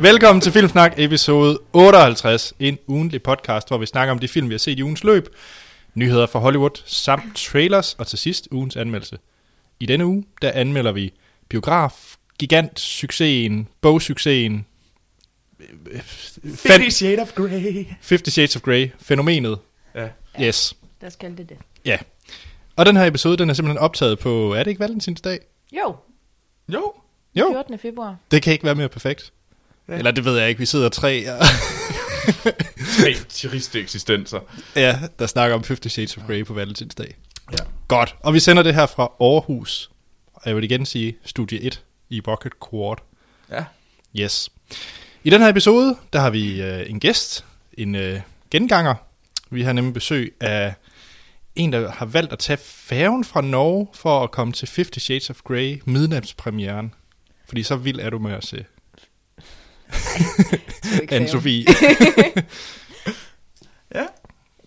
Velkommen til Filmsnak episode 58, en ugentlig podcast, hvor vi snakker om de film, vi har set i ugens løb, nyheder fra Hollywood samt trailers og til sidst ugens anmeldelse. I denne uge, der anmelder vi biograf, gigant, succesen, bogsuccesen, øh, Fifty Shade of Grey. 50 Shades of Grey, fænomenet. Ja. Yes. Lad os kalde det det. Ja. Og den her episode, den er simpelthen optaget på, er det ikke valentinsdag? Jo, Jo. Jo, 14. februar. det kan ikke være mere perfekt. Ja. Eller det ved jeg ikke, vi sidder tre, og, Tre triste eksistenser. ja, der snakker om 50 Shades of Grey på valentinsdag. Ja. Godt, og vi sender det her fra Aarhus. Og jeg vil igen sige Studie 1 i Rocket Quart. Ja. Yes. I den her episode, der har vi øh, en gæst, en øh, genganger. Vi har nemlig besøg af en, der har valgt at tage færgen fra Norge for at komme til 50 Shades of Grey midnatspremieren. Fordi så vild er du med at se Det var ikke fair. Anne-Sophie. Ja.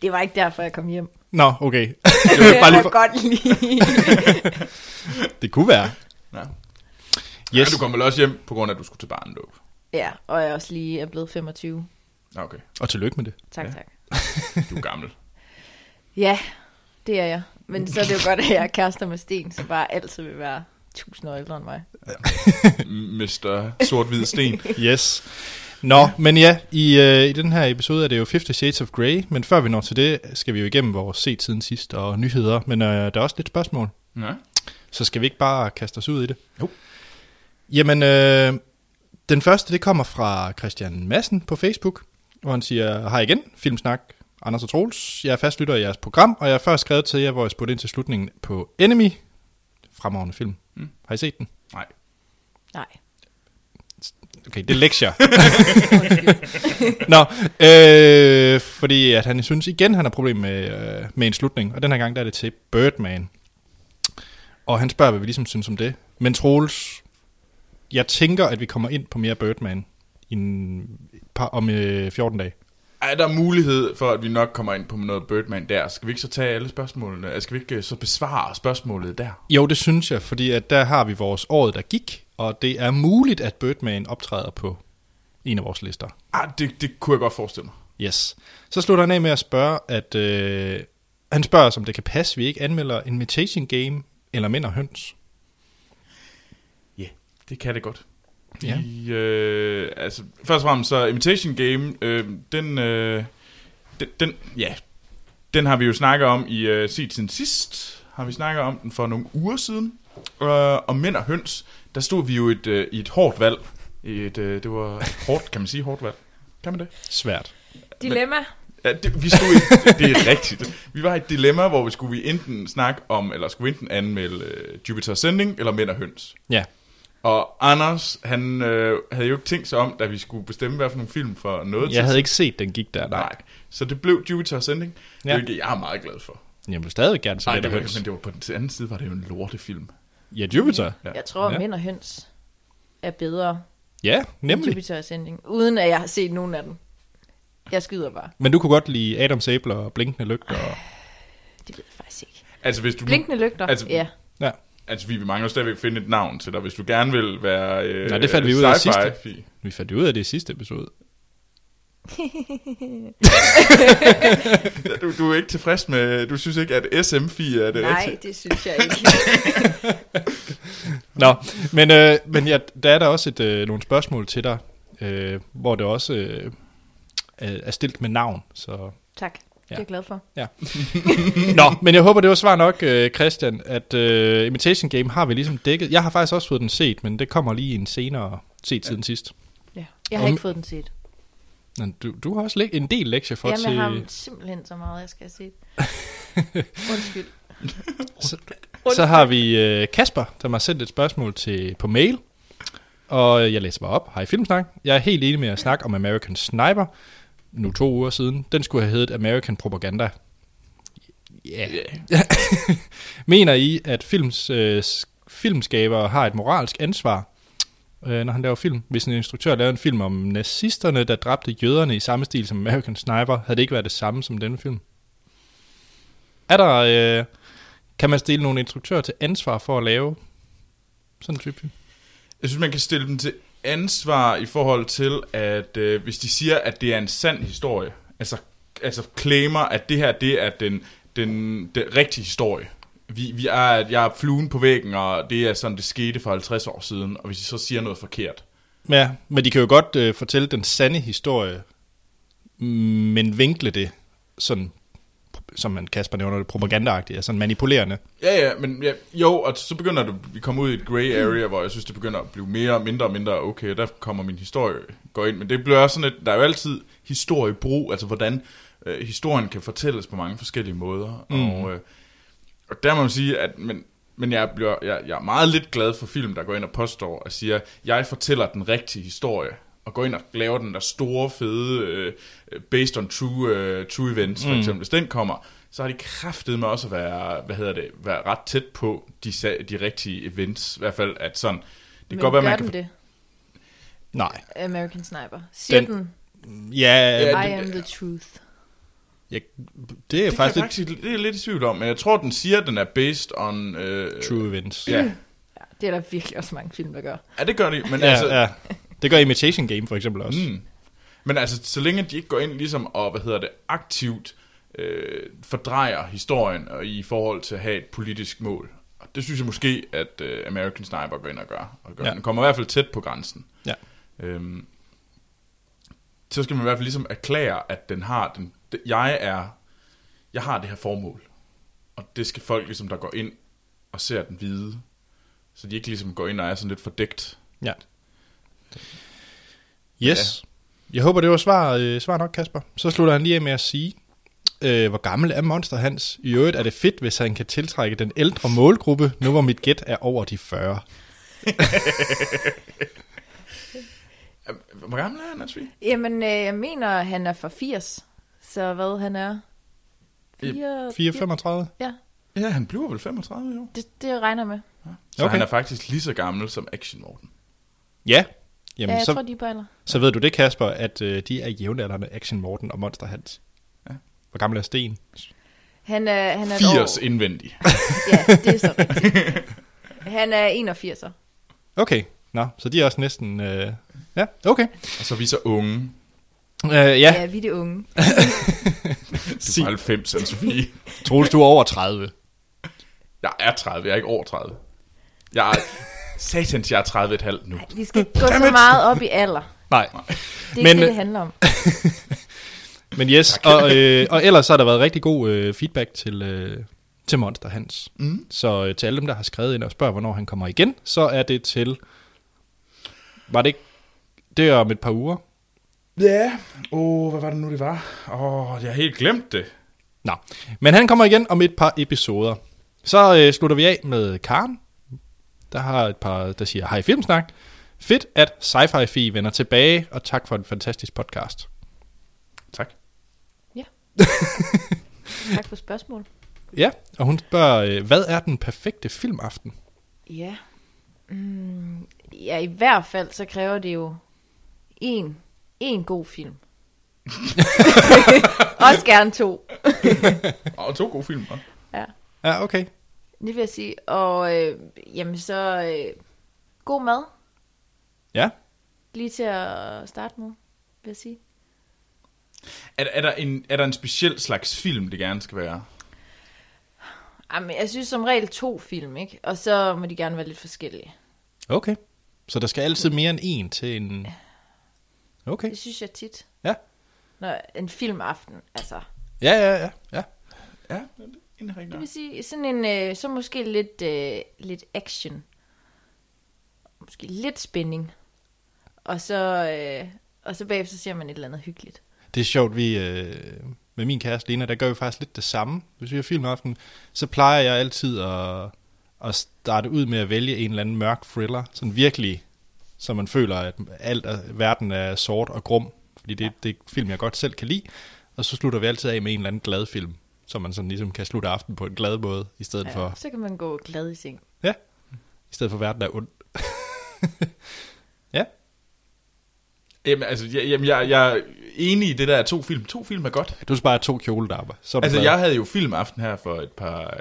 Det var ikke derfor, jeg kom hjem. Nå, okay. Det var bare lige for... for- godt lige. Det kunne være. Nå. Yes. Ja, du kom vel også hjem, på grund af, at du skulle til barnedåb. ja, og jeg også lige er blevet 25. Nå, Okay, Og tillykke med det. Tak, Ja. ja. tak. du er gammel. Ja, det er jeg. Men så er det jo godt, at jeg er kærester med Sten, som bare altid vil være tusind år ældre end mig. Mr. Sort-Hvid Sten. Yes. Nå, men ja, i, øh, i den her episode er det jo 50 Shades of Grey, men før vi når til det, skal vi jo igennem vores set siden sidst og nyheder, men øh, der er også lidt spørgsmål, Nå. så skal vi ikke bare kaste os ud i det? Jo. Jamen, øh, den første, det kommer fra Christian Madsen på Facebook, hvor han siger, hej igen, Filmsnak, Anders og Troels, jeg er fastlytter i jeres program, og jeg har før skrevet til jer, hvor jeg spurgte ind til slutningen på Enemy, fremragende film. Mm. Har I set den? Nej. Nej, Okay, det er lektier. undskyld. Nå, øh, fordi at han synes igen, han har problemer med, øh, med en slutning, og den her gang der er det til Birdman. Og han spørger, hvad vi ligesom synes om det. Men Troels, jeg tænker, at vi kommer ind på mere Birdman i en par, om øh, 14 dage. Er der mulighed for, at vi nok kommer ind på noget Birdman der? Skal vi ikke så tage alle spørgsmålene? Altså, Skal vi ikke øh, så besvare spørgsmålet der? Jo, det synes jeg, fordi at der har vi vores året, der gik, og det er muligt, at Birdman optræder på en af vores lister. Ah, det, det kunne jeg godt forestille mig. Yes. Så slutter han af med at spørge, at øh, han spørger os, om det kan passe, at vi ikke anmelder Invitation Game eller Mænd og Høns. Ja, yeah. det kan det godt. Ja. I, øh, altså, først og fremmest, så Imitation Game, øh, den, øh, den, den, ja, den har vi jo snakket om i øh, set siden sidst, har vi snakket om den for nogle uger siden, øh, og Mænd og Høns, der stod vi jo et, øh, i et hårdt valg, I et, øh, det var hårdt, kan man sige hårdt valg? Kan man det? Svært. Dilemma. Ja, det, vi stod i, det er rigtigt. Vi var i et dilemma, hvor vi skulle vi enten snakke om, eller skulle vi enten anmelde øh, Jupiter Sending eller Mænd og Høns. Ja. Og Anders, han øh, havde jo ikke tænkt sig om, da vi skulle bestemme, hvad for nogle film for noget Jeg havde ikke set, den gik der, nej. nej. Nej. Så det blev Jupiter Ascending, Ja. ja. hvilket jeg er meget glad for. Jeg vil stadig gerne se Nej, Mænd det og var, Høns. men det var på den anden side, var det jo en lortefilm. Ja, Jupiter. Ja. Jeg tror, Ja. at mænd og høns er bedre Ja, end nemlig. Jupiter Ascending, uden at jeg har set nogen af dem. Jeg skyder bare. Men du kunne godt lide Adam Sabler og Blinkende Lygter. Og... Ah. Det ved jeg faktisk ikke. Mm. Altså, hvis du, Blinkende lygter. Altså- Altså, ja. Ja. altså, vi, vi mangler stadigvæk finde et navn til dig, hvis du gerne vil være øh, Nej, det fandt vi ud af sci-fi sidste. fi. Vi fandt jo ud af det i sidste episode. Ja, Du, du er ikke tilfreds med, du synes ikke, at SM-fi er det Nej, rigtige. det synes jeg ikke. Nå, men, øh, men ja, der er der også et, øh, nogle spørgsmål til dig, øh, hvor det også øh, er er stillet med navn. Så Tak. Det er Ja. jeg glad for. Nå, men jeg håber, det var svar nok, øh, Christian, at øh, Imitation Game har vi ligesom dækket. Jeg har faktisk også fået den set, men det kommer lige i en senere set siden sidst. Ja. Jeg har Om- ikke fået den set. Men du, du har også læg- en del lektier for Jamen, til... jeg har simpelthen så meget, jeg skal have set. Undskyld. Så har vi øh, Kasper, der har sendt et spørgsmål til på mail. Og øh, jeg læser bare op. Hej Filmsnak. Jeg er helt enig med at snakke om American Sniper. Nu to uger siden. Den skulle have heddet American Propaganda. Ja. Yeah. Mener I, at films, øh, s- filmskabere har et moralsk ansvar, øh, når han laver film? Hvis en instruktør lavede en film om nazisterne, der dræbte jøderne i samme stil som American Sniper, havde det ikke været det samme som denne film? Er der... Øh, kan man stille nogle instruktører til ansvar for at lave sådan en type film? Jeg synes, man kan stille dem til ansvar i forhold til, at øh, hvis de siger, at det er en sand historie, altså, altså claimer, at det her det er den, den, den rigtige historie. Vi, vi er, jeg er fluen på væggen, og det er sådan, det skete for 50 år siden, og hvis de så siger noget forkert. Ja, men de kan jo godt øh, fortælle den sande historie, mm, men vinkle det sådan, som man Kasper nævner det, propagandaagtigt, altså manipulerende. Ja, ja, men ja, jo, og så begynder det, vi kommer ud i et gray area, hvor jeg synes, det begynder at blive mere og mindre og mindre okay, og der kommer min historie går ind, men det bliver også sådan et, der er jo altid historiebrug, altså hvordan øh, historien kan fortælles på mange forskellige måder, mm. og, øh, og der må man sige, at men, men jeg, bliver, jeg, jeg er meget lidt glad for film, der går ind og påstår og siger, jeg fortæller den rigtige historie, og går ind og laver den der store, fede, øh, based on true, øh, true events, for Mm. mm. eksempel. Hvis den kommer, så har de kraftet med også at være, hvad hedder det, være ret tæt på de, sa- de rigtige events. I hvert fald, at sådan, det kan Men godt være, gør man den kan... det? Nej. American Sniper. Siger Den- den, Ja, Ja, I den- am the truth. jeg, det er Det, faktisk faktisk, lidt faktisk, det er jeg lidt i tvivl om, men jeg tror, den siger, at den er based on... Øh, true events. Ja. Ja, det er der virkelig også mange film, der gør. ja, det gør de, men Ja, altså... ja. Det gør Imitation Game for eksempel også. Mm. Men altså, så længe de ikke går ind ligesom og, hvad hedder det, aktivt øh, fordrejer historien og i forhold til at have et politisk mål. Og det synes jeg måske, at øh, American Sniper går ind og gør. Og gør. Ja. Ja. Den kommer i hvert fald tæt på grænsen. Ja. Øhm, så skal man i hvert fald ligesom erklære, at den har den, d- jeg er, jeg har det her formål. Og det skal folk ligesom, der går ind og ser den vide. Så de ikke ligesom går ind og er sådan lidt fordækt. Ja. Yes. Jeg håber, det var svar, øh, svar nok, Kasper. Så slutter han lige af med at sige, øh, hvor gammel er Monster Hans? I øvrigt er det fedt, hvis han kan tiltrække den ældre målgruppe, nu hvor mit gæt er over de 40. Hvor gammel er han, Asvi? Jamen, øh, jeg mener, han er fra 80. Så hvad han er? Ja, 4, 4,35? Ja, Ja, han bliver vel 35 i år. det, det regner jeg med. Så Okay. okay. han er faktisk lige så gammel som Action Morten. Ja. Jamen, Jamen, ja, jeg så, så... tror, de er på alder. så ved du det, Kasper, at øh, de er jævnaldrende Action Morten og Monster Hans. Ja. Hvor gammel er Sten? Han er, han er et Firs år- indvendig. Ja, det er så rigtigt. Han er 81'er. Okay. Nå, så de er også næsten... Øh, ja, okay. Og så er Altså, vi så unge. Øh, ja, Ja, vi er de unge. Du er 90, anne Sofie. Troels, du er over 30. Jeg er 30, jeg er ikke over 30. Jeg er... Satans, jeg er 30 et halvt nu. Vi skal ikke gå så meget op i alder. Nej. Det er Men, Men, ikke det, øh, det handler om. Men yes, og, øh, og ellers så har der været rigtig god øh, feedback til, øh, til Monster Hans. Mm. Så øh, til alle dem, der har skrevet ind og spørger, hvornår han kommer igen, så er det til... Var det ikke... Det er om et par uger. Ja. Åh, oh, hvad var det nu, det var? Åh, oh, jeg har helt glemt det. Nå. Men han kommer igen om et par episoder. Så øh, slutter vi af med Karen, der har et par, der siger, hej Filmsnak. Fedt, at Sci-Fi Fi vender tilbage, og tak for en fantastisk podcast. Tak. Tak for spørgsmål. Ja, og hun spørger, øh, hvad er den perfekte filmaften? Ja. Mm, ja, i hvert fald så kræver det jo en, en god film. Også gerne to. Og to gode film, hva'? Ja, Ja, okay. det vil jeg sige. Og øh, jamen så øh, god mad Ja. lige til at starte med, vil jeg sige. Er, er, der en, er der en speciel slags film, det gerne skal være? Jamen, jeg synes som regel to film, ikke? Og så må de gerne være lidt forskellige. Okay. Så der skal altid mere end en til en... Okay. Det synes jeg tit. Ja. Når en filmaften, altså. Ja, ja, ja. ja. Ja, en rigtig Det nok. vil sige, sådan en, øh, så måske lidt, øh, lidt action. Måske lidt spænding. Og så, øh, og så bagefter ser man et eller andet hyggeligt. Det er sjovt, vi... Øh, med min kæreste Lena, der gør vi faktisk lidt det samme. Hvis vi har filmaften, så plejer jeg altid at, at starte ud med at vælge en eller anden mørk thriller. Sådan virkelig, så man føler, at alt er, verden er sort og grum. Fordi det, det er film, jeg godt selv kan lide. Og så slutter vi altid af med en eller anden glad film, så man sådan ligesom kan slutte aften på en glad måde, i stedet, ja. for, Så kan man gå glad i seng. i stedet for verden er ond. Jamen, altså, jeg, jamen, jeg, jeg er enig i det der er to film. To film er godt. Du sparer to kjoledapper. Så er du Altså, glad. jeg havde jo filmaften her for et par...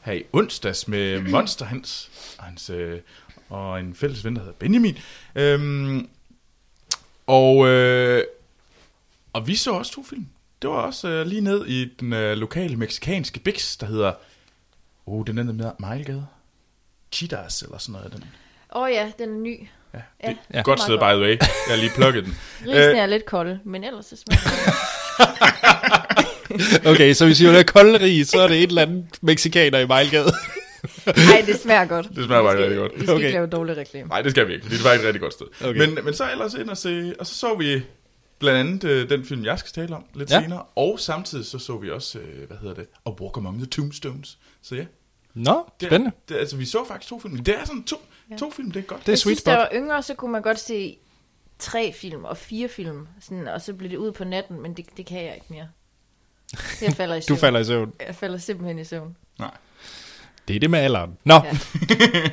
Her i onsdags med Monster Hans. Og hans øh, og en fælles ven, der hedder Benjamin. Øhm, og, øh, og vi så også to film. Det var også øh, lige ned i den øh, lokale meksikanske Bix, der hedder... Oh, den hedder med Mejlgade. Cheetahs eller sådan noget. Den. Åh oh, ja, den er ny. Ja, Ja, det er ja. et godt meget sted, by godt. the way. Jeg har lige plukket den. Øh. Risene er lidt kolde, men ellers så smager den. Okay, så hvis I vil have koldrig, så er det et eller andet mexikaner i Mejlgade. Nej, det smager godt. Det smager faktisk I skal- rigtig godt. I skal okay. Okay. ikke lave dårlig reklame. Nej, det skal vi ikke. Det var et rigtig godt sted. Okay. Okay. Men, men så ellers ind og se... Og så så vi blandt andet øh, den film, jeg skal tale om lidt ja. Ja. senere. Og samtidig så så vi også, øh, hvad hedder det? A Walk Among the Tombstones. Så ja. Nå, Det, er- spændende. Det, altså, vi så faktisk to film. Det er sådan to, ja. to film, det er godt. Det er Jeg sweet synes, da jeg spot. var yngre, så kunne man godt se tre film og fire film, sådan, og så blev det ud på natten, men det, det kan jeg ikke mere. Jeg falder i Du søvn. falder i søvn. Jeg falder simpelthen i søvn. Nej. Det er det med alderen. Nå, Ja.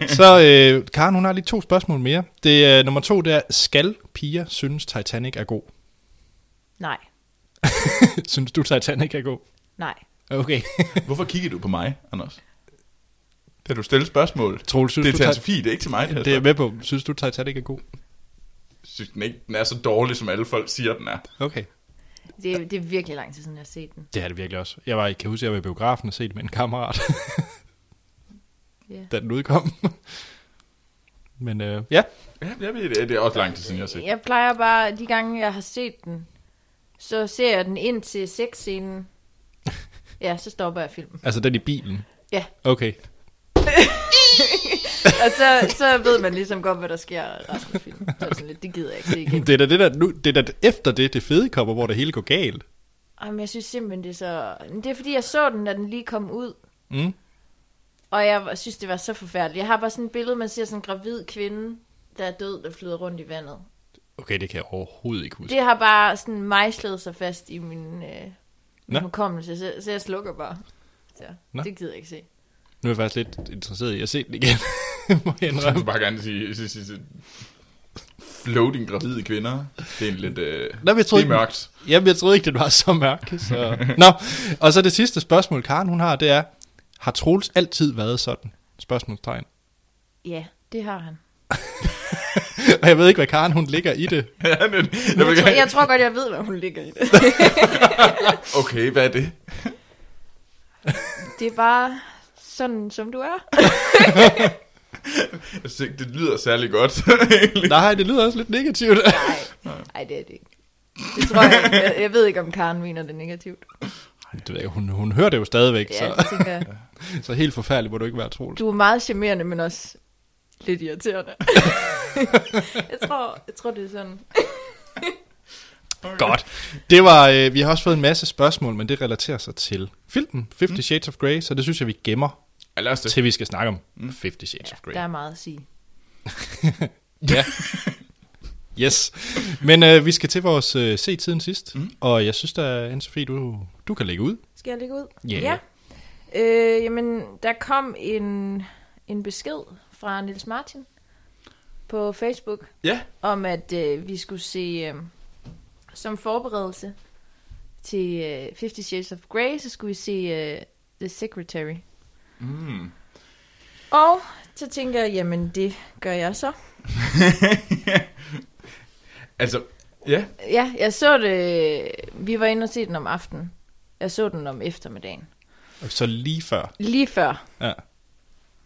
ja. så øh, Karen, hun har lige to spørgsmål mere. Det er nummer to, det er, skal piger synes Titanic er god? Nej, synes du Titanic er god? nej. Okay. Hvorfor kigger du på mig, Anders? Da du stiller spørgsmål. Troels, synes det er du, til altså. Ti- Sofie, det er ikke til mig. Det, her det er jeg spørgsmål. med på. Synes du Titanic er god? Jeg synes, den, ikke, den er så dårlig, som alle folk siger, den er. Okay. Det, er- det er virkelig lang tid siden, jeg har set den. Det er det virkelig også. Jeg var, i- kan huske, at jeg var i biografen og set det med en kammerat, Ja. da den udkom. Men øh, ja, Ja, jeg ved, det, det er også lang tid siden, jeg har set. Jeg plejer bare, de gange jeg har set den, så ser jeg den ind til sexscenen. Ja, så stopper jeg filmen. altså den i bilen. Ja. Okay. Og så, så ved man ligesom godt, hvad der sker resten af filmen. Så er det sådan lidt, det gider jeg ikke se igen. Det er da, det der, nu, det er da efter det, det fede kommer, hvor det hele går galt. Ej, men jeg synes simpelthen, det er så... Men Det er fordi, jeg så den, da den lige kom ud. Mm. Og jeg var- synes, det var så forfærdeligt. Jeg har bare sådan et billede, man ser sådan en gravid kvinde, der er død, der flyder rundt i vandet. Okay, det kan jeg overhovedet ikke huske. Det har bare sådan mejslet sig fast i min, øh, min Nå. hukommelse, så, så jeg slukker bare. Så, Nå. det gider jeg ikke se. Nu er jeg faktisk lidt interesseret i at se den igen. Må jeg Jeg indrømme. vil bare gerne sige, sige, sige, sige floating gravide kvinder. Det er en lidt... Øh, Nå, men jeg det troede er ikke- mørkt. Jamen, jeg troede ikke, det var så mørkt. Så. Nå, og så det sidste spørgsmål, Karen hun har, det er, har Troels altid været sådan? Spørgsmålstegn. Ja, det har han. Og jeg ved ikke, hvad Karen hun ligger i det. Ja, men, jeg Jeg vil tror, gerne, jeg tror godt, jeg ved, hvad hun ligger i det. okay, hvad er det? Det er bare sådan, som du er. Jeg synes, ikke, det lyder særlig godt. Nej, det lyder også lidt negativt. Nej, nej, det er det ikke. Det tror jeg, ikke. jeg, jeg ved ikke, om Karen mener det negativt. Det ved jeg, hun, hun hører det jo stadigvæk, Ja, ja. det tænker jeg. så, så helt forfærdelig må du ikke være, Troels. Du er meget charmerende, men også lidt irriterende. jeg, tror, jeg tror, det er sådan. Okay. Godt. Det var, øh, vi har også fået en masse spørgsmål, men det relaterer sig til filmen Fifty Shades of Grey, så det synes jeg, vi gemmer, Ja, lad os det. til vi skal snakke om Fifty Shades of Grey. Der er meget at sige. Ja. Yes. Men øh, vi skal til vores øh, se tiden sidst, mm. og jeg synes da, Anne-Sophie, du, du kan lægge ud. Skal jeg lægge ud? Ja. Øh, jamen, der kom en, en besked fra Nils Martin på Facebook, Ja, om at øh, vi skulle se, øh, som forberedelse til øh, Fifty Shades of Grey, så skulle vi se øh, The Secretary. mm. Og så tænker jeg, jamen det gør jeg så. altså, ja, Ja, jeg så det. Vi var inde og se den om aftenen. Jeg så den om eftermiddagen. Og så lige før. Lige før. Ja.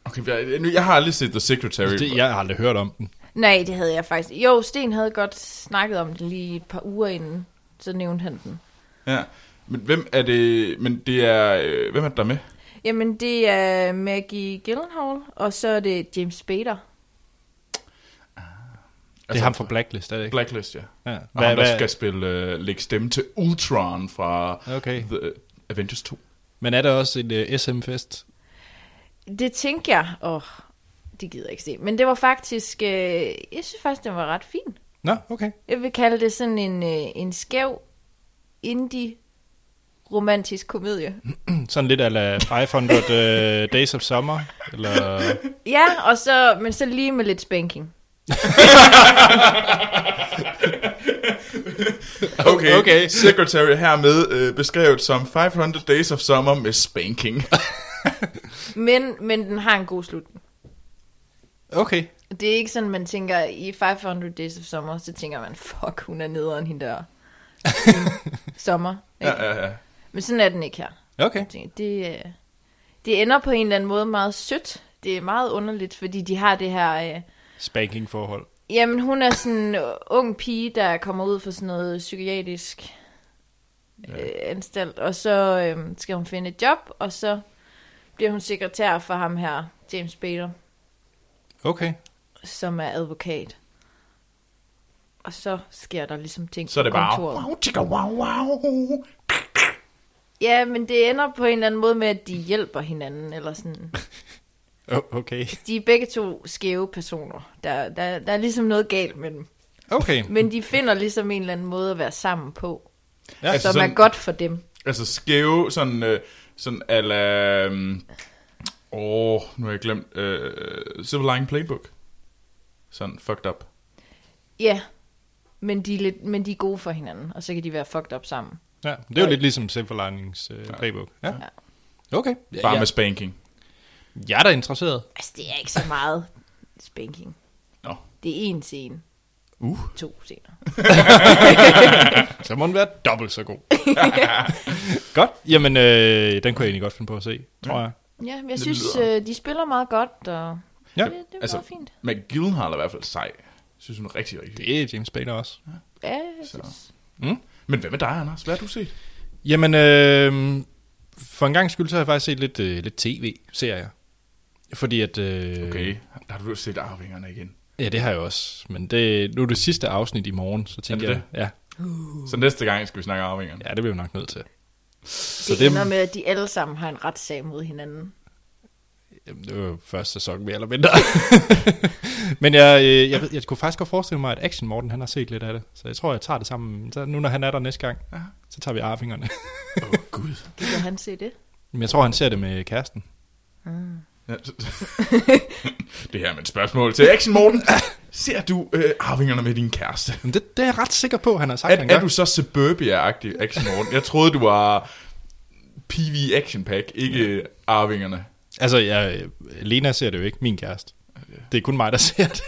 okay, jeg, nu, jeg har aldrig set The Secretary. Altså, Det, jeg har aldrig hørt om den. Nej, det havde jeg faktisk. Jo, Sten havde godt snakket om det lige et par uger inden. Så nævnte han den. Ja. Men hvem er det, men det er, øh, hvem er det, der er med? Jamen, det er Maggie Gyllenhaal, og så er det James Spader. Det er ham fra Blacklist, er det ikke? Altså, Blacklist, ja. Ja. Og Hvad, ham, der hvad, skal spille, øh, lægge stemme til Ultron fra Okay. The Avengers 2. Men er der også en uh, SM-fest? Det tænkte jeg. Åh, oh, det gider jeg ikke se. Men det var faktisk... Øh, jeg synes faktisk, den var ret fin. Nå, okay. Jeg vil kalde det sådan en, øh, en skæv indie romantisk komedie. Sådan lidt ala 500 uh, Days of Summer, eller... Ja, og så, men så lige med lidt spanking. Okay, okay. Okay. Secretary hermed øh, beskrevet som 500 Days of Summer med spanking. Men, men den har en god slutning. Okay. Det er ikke sådan, man tænker, i 500 Days of Summer, så tænker man, fuck, hun er nederen hende der. sommer. Ikke? Ja, ja, ja. Men sådan er den ikke her. Okay. Jeg tænker, Det, øh, det ender på en eller anden måde meget sødt. Det er meget underligt, fordi de har det her... Øh, Spanking-forhold. Jamen, hun er sådan en ung pige, der kommer ud fra sådan noget psykiatrisk øh, anstalt, og så øh, skal hun finde et job, og så bliver hun sekretær for ham her, James Bader, Okay. som er advokat. Og så sker der ligesom ting Så er det på bare, kontoret. wow, tigger, wow, wow. Ja, men det ender på en eller anden måde med, at de hjælper hinanden, eller sådan. Oh, okay. De er begge to skæve personer. Der, der, der er ligesom noget galt med dem. Okay. Men de finder ligesom en eller anden måde at være sammen på, Ja, ja, altså som sådan... sådan- er godt for dem. Altså skæve, sådan, øh, sådan ala... øhm, Åh, oh, nu har jeg glemt. Øh, Civil Line Playbook. Sådan fucked up. Ja, men de, er lidt, men de er gode for hinanden, og så kan de være fucked up sammen. Ja, det er jo lidt ligesom selvforlejningens øh, playbook. Ja. Okay. Ja, Bare ja. med spanking. Jeg er da interesseret. Altså, det er ikke så meget spanking. Nå. Det er én scene. Uh. To scener. Så må den være dobbelt så god. godt. Jamen, øh, den kunne jeg egentlig godt finde på at se, tror jeg. Ja, men jeg synes, lyder- øh, de spiller meget godt, og Ja. det, det er altså- altså... meget fint. Men Gyllenhaal er i hvert fald sej. Jeg synes, hun er rigtig, rigtig Det er James Bader også. Ja, jeg Så. synes. Men hvad med dig, Anders? Hvad har du set? Jamen, øh, for en gang skyld, så har jeg faktisk set lidt, øh, lidt tv-serier. Fordi at... Øh, Okay, har du set Arvingerne igen? Ja, det har jeg også. Men det, nu er det sidste afsnit i morgen, så tænker det jeg... Ja, Så næste gang skal vi snakke Arvingerne. ja, det bliver vi nok nødt til. Så det, det- det ender med, at de alle sammen har en retssag mod hinanden. Jamen, det var jo første sæson mere eller mindre. Men jeg, øh, jeg, ved- jeg kunne faktisk godt forestille mig, at Action Morten han har set lidt af det. Så jeg tror, jeg tager det sammen. Så nu når han er der næste gang, Aha. så tager vi arvingerne. Åh, oh, gud. Gider han se det? Men jeg tror, han ser det med kæresten. Ja, så- det her er et spørgsmål til Action Morten. Ser du øh, Arvingerne med din kæreste? Men det, det er jeg ret sikker på, han har sagt. han Er, er gør. du så suburbia-agtig, Action Morten? Jeg troede, du var PV Action Pack, ikke ja. Arvingerne. Altså, jeg, Lena ser det jo ikke, min kæreste. Det er kun mig, der ser det.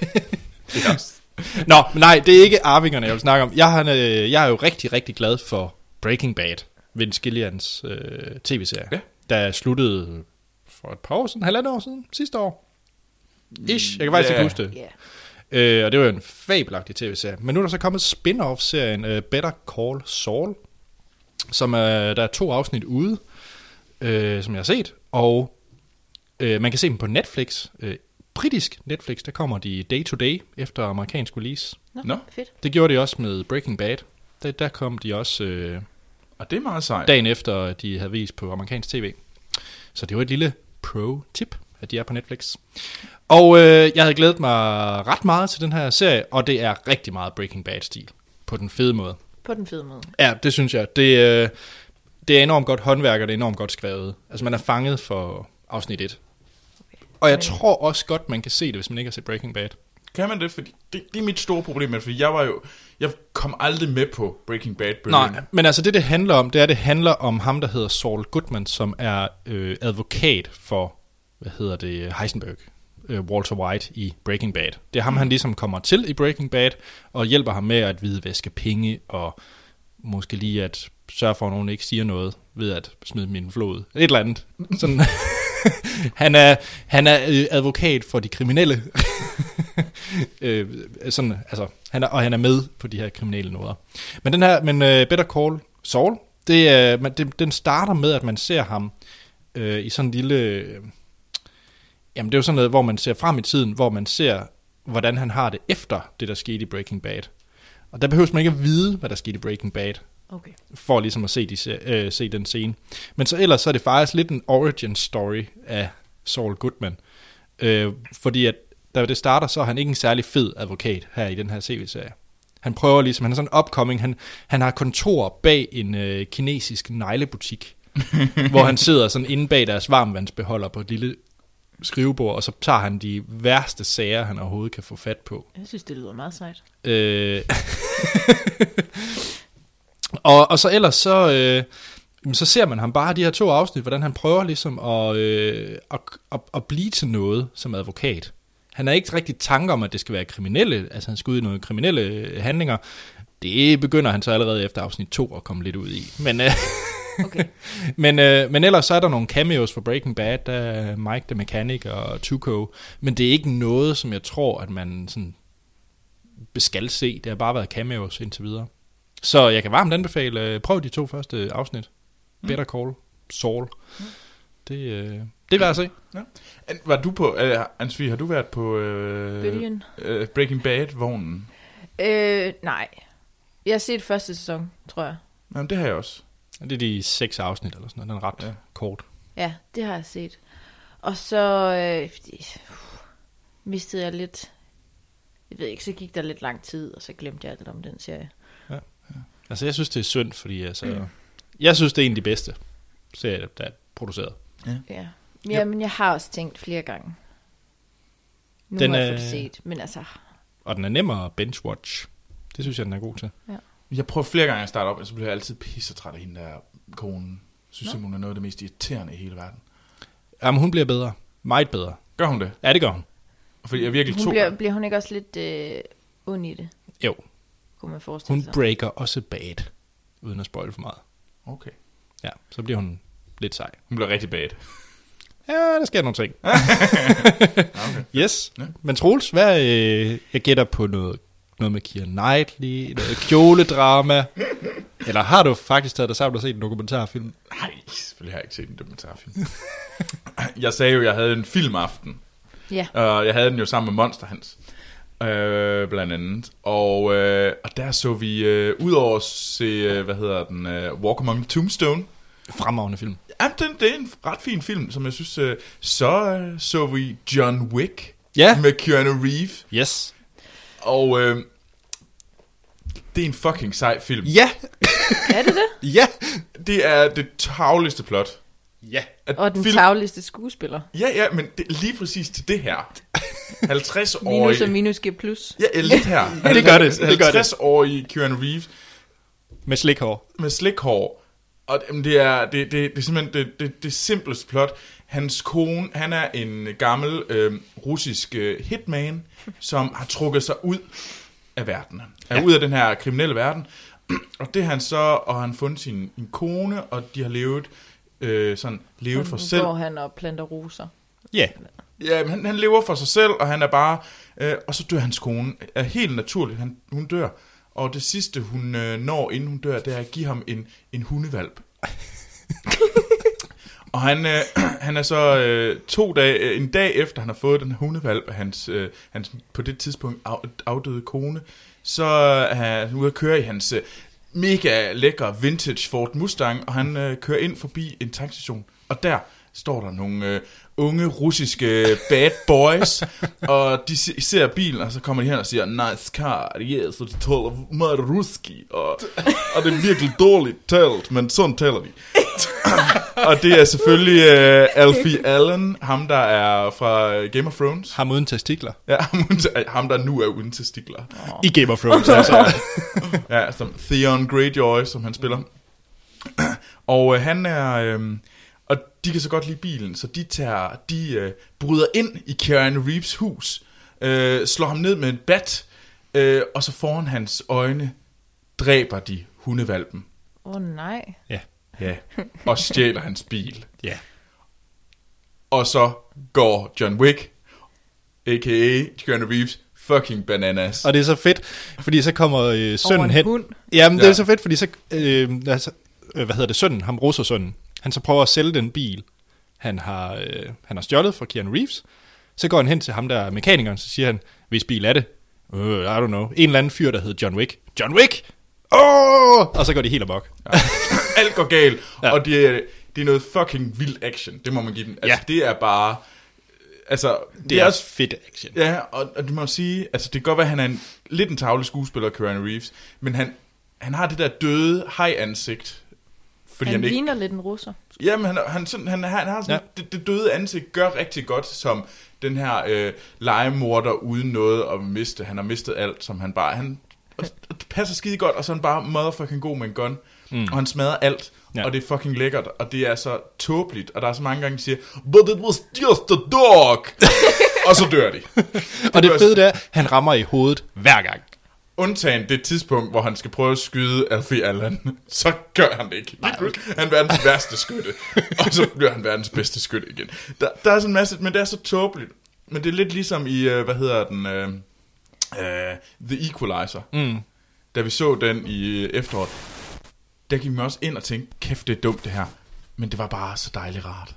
Yes. Nå, men nej, det er ikke arvingerne, jeg vil snakke om. Jeg, har, øh, jeg er jo rigtig, rigtig glad for Breaking Bad, Vince Gillians øh, tv-serie, Ja. der sluttede for et par år siden, halvandet år siden, sidste år. Ish, jeg kan faktisk Ja. ikke huske det. Ja. Øh, og det var jo en fabelagtig tv-serie. Men nu er der så kommet spin-off-serien uh, Better Call Saul, som er, der er to afsnit ude, øh, som jeg har set. Og øh, man kan se dem på Netflix. Øh, britisk Netflix, der kommer de day-to-day efter amerikansk release. Nå, Nå. fedt. Det gjorde de også med Breaking Bad. Der, der kom de også øh, Og det er meget sejt. dagen efter, at de havde vist på amerikansk tv. Så det var et lille pro-tip, at de er på Netflix. Og øh, jeg havde glædet mig ret meget til den her serie, og det er rigtig meget Breaking Bad-stil. På den fede måde. På den fede måde. Ja, det synes jeg. Det, øh, det er enormt godt håndværk, og det er enormt godt skrevet. Altså, man er fanget for afsnit 1. Og jeg tror også godt, man kan se det, hvis man ikke har set Breaking Bad. Kan man det? Fordi det, det er mit store problem, med, fordi jeg var jo... Jeg kom aldrig med på Breaking Bad. bølgen. Nej, men altså det, det handler om, det er, det handler om ham, der hedder Saul Goodman, som er øh, advokat for, hvad hedder det, Heisenberg, øh, Walter White i Breaking Bad. Det er ham, han ligesom kommer til i Breaking Bad, og hjælper ham med at hvidvaske penge, og måske lige at sørge for, at nogen ikke siger noget, ved at smide min flod. Et eller andet. Sådan. han er, han er øh, advokat for de kriminelle. øh, sådan, altså, han er, og han er med på de her kriminelle noder. Men den her, men øh, Better Call Saul, det, er- man, det, den starter med, at man ser ham øh, i sådan en lille... Øh, jamen, det er jo sådan noget, hvor man ser frem i tiden, hvor man ser, hvordan han har det efter det, der skete i Breaking Bad. Og der behøver man ikke at vide, hvad der skete i Breaking Bad, Okay. for ligesom at se, de, se- øh, se den scene. Men så ellers så er det faktisk lidt en origin story af Saul Goodman. Øh, fordi at da det starter, så er han ikke en særlig fed advokat her i den her CV-serie. Han prøver ligesom, han er sådan en upcoming, han, han har kontor bag en øh, kinesisk neglebutik, hvor han sidder sådan inde bag deres varmvandsbeholder på et lille skrivebord, og så tager han de værste sager, han overhovedet kan få fat på. Jeg synes, det lyder meget sejt. Øh. og, og så ellers så, øh, jamen, så ser man ham bare i de her to afsnit, hvordan han prøver ligesom at, øh, at, at, at blive til noget som advokat. Han Han har ikke rigtig tanker om, at det skal være kriminelle, altså han skal ud i nogle kriminelle øh, handlinger. Det begynder han så allerede efter afsnit 2 at komme lidt ud i. Men, øh, Okay. men, øh, men ellers så er der nogle cameos fra Breaking Bad, der er Mike the Mechanic og Tuco, men det er ikke noget, som jeg tror, at man sådan skal se. Det har bare været cameos indtil videre. Så jeg kan varmt anbefale, øh, prøv de to første afsnit. Better Call Saul. Det, øh, det er værd at se. An- Var du på, øh, Ansvi, har du været på øh, Bølgen. øh, Breaking Bad-vognen? Øh, nej. Jeg har set første sæson, tror jeg. Jamen, det har jeg også. Det er de seks afsnit eller sådan noget. Den er ret Ja. ja. kort. Ja, det har jeg set. Og så øh, fordi, uh, mistede jeg lidt... Jeg ved ikke, så gik der lidt lang tid, og så glemte jeg alt om den serie. Altså jeg synes, det er synd, fordi altså, mm. jeg synes, det er en af de bedste serier, der er produceret. Ja. Ja, men jeg har også tænkt flere gange. Nu Den den, har jeg er- fået det set, men altså... Og den er nemmere at binge-watch. Det synes jeg, den er god til. Jeg prøver flere gange at starte op, og så bliver jeg altid pissetræt af hende der konen. Jeg synes simpelthen, hun er noget af det mest irriterende i hele verden. Jamen hun bliver bedre. Meget bedre. Gør hun det? Ja, det gør hun. Fordi jeg virkelig Hun tog... bliver, bliver hun ikke også lidt øh, ond i det, Jo, kunne man forestille hun sig? breaker også bad, uden at spoil for meget. Okay. Ja, så bliver hun lidt sej. Hun bliver rigtig bad. Ja, der sker nogle ting. Okay. Yes. Ja. Men Troels, hvad, øh, jeg gætter på noget, noget med Keira Knightley, noget kjoledrama. Eller har du faktisk taget dig sammen og set en dokumentarfilm? Nej, selvfølgelig har jeg ikke set en dokumentarfilm. jeg sagde jo, at jeg havde en filmaften. Ja. Og jeg havde den jo sammen med Monster Hans. Øh, blandt andet. Og, øh, og der så vi, øh, ud over at se, øh, hvad hedder den, øh, Walk Among the Tombstone. Fremragende film. Jamen, den, det er en ret fin film, som jeg synes. Øh, så øh, så vi John Wick Ja. med Keanu Reeves. Yes. Og øh, det er en fucking sej film. Ja! Er det det? Ja! Det er det tavligste plot. Ja. At Og den film- tavligste skuespiller. Ja, ja, men det, lige præcis til det her. 50 år Minus og minus giver plus. Ja, ja, lidt her. Det gør det, det gør det. 50 år i Keanu Reeves Med slikhår. med slikhår. Og det- jamen, det er, det, det, det er simpelthen det, det, det simpleste plot. Hans kone, han er en gammel øh, russisk øh, hitman, som har trukket sig ud af verden. Er ja. ud af den her kriminelle verden. Og det er han så, og han har fundet sin en kone, og de har levet øh, sådan, levet for Nu selv. går han og planter roser. Ja. Ja, men han, han lever for sig selv, og han er bare... Øh, og så dør hans kone. Er helt naturligt, han, hun dør. Og det sidste, hun øh, når, inden hun dør, det er at give ham en, en hundevalp. og han, øh, han er så øh, to dage, øh, en dag efter, han har fået den her hundevalp af hans, øh, hans på det tidspunkt af, afdøde kone, så er han ude at køre i hans øh, mega lækre vintage Ford Mustang, og han øh, kører ind forbi en tankstation, og der står der nogle øh, unge russiske bad boys, og de se- ser bilen, og så kommer de hen og siger, nice car, yes, og de taler meget ruski, og, og det er virkelig dårligt talt, men sådan taler de. og det er selvfølgelig øh, Alfie Allen, ham der er fra øh, Game of Thrones. Ham uden testikler. Ja, ham, uden- ham der nu er uden testikler. I Game of Thrones, altså. Ja, som Theon Greyjoy, som han spiller. Og øh, han er... Øh, og de kan så godt lide bilen, så de tager, de øh, bryder ind i Karen Reeves hus, øh, slår ham ned med en bat, øh, og så foran hans øjne dræber de hundevalpen. Åh oh, nej. Ja. Ja. Og stjæler hans bil. Ja. Og så går John Wick, a.k.a. Keanu Reeves, fucking bananas. Og det er så fedt, fordi så kommer øh, Over sønnen en hen. hund. Jamen, det Ja. er så fedt, fordi så, øh, altså, øh, hvad hedder det, sønnen, ham russersønnen, han så prøver at sælge den bil, han har, øh, han har stjålet fra Keanu Reeves. Så går han hen til ham der er mekanikeren, så siger han, hvis bil er det? Øh, I don't know. En eller anden fyr, der hed John Wick. John Wick! Åh! Og så går de helt amok. Alt går galt, ja. Ja. og det er, det er noget fucking vild action. Det må man give den. Altså, ja. det er bare... Altså, det, Det er også fedt action. Ja, og, og du må sige, altså det kan godt være, at han er en, lidt en tavle skuespiller, Keanu Reeves, men han, han har det der døde hej-ansigt. Fordi Han han, han ikke... ligner lidt en russer. Ja, men han, han, sådan, han, han har sådan... Ja. Det, det døde ansigt gør rigtig godt, som den her øh, legemorder uden noget at miste. Han har mistet alt, som han bare... Han, og, og det passer skide godt, og så er han bare motherfucking god med en gun. Mm. Og han smadrer alt, ja. Ja. og det er fucking lækkert, og det er så tåbeligt. Og der er så mange gange, der siger, But it was just a dog! og så dør de. Og det var- fede det er, han rammer i hovedet hver gang. Undtagen det tidspunkt, hvor han skal prøve at skyde Alfie Allen, så gør han det ikke. Lige pludselig. Han er verdens værste skytte, og så bliver han verdens bedste skytte igen. Der, der er sådan en masse, men det er så tåbeligt. Men det er lidt ligesom i, øh, hvad hedder den, øh, øh, The Equalizer. Mm. Da vi så den i øh, efteråret, der gik vi også ind og tænkte, kæft det er dumt det her. Men det var bare så dejligt rart.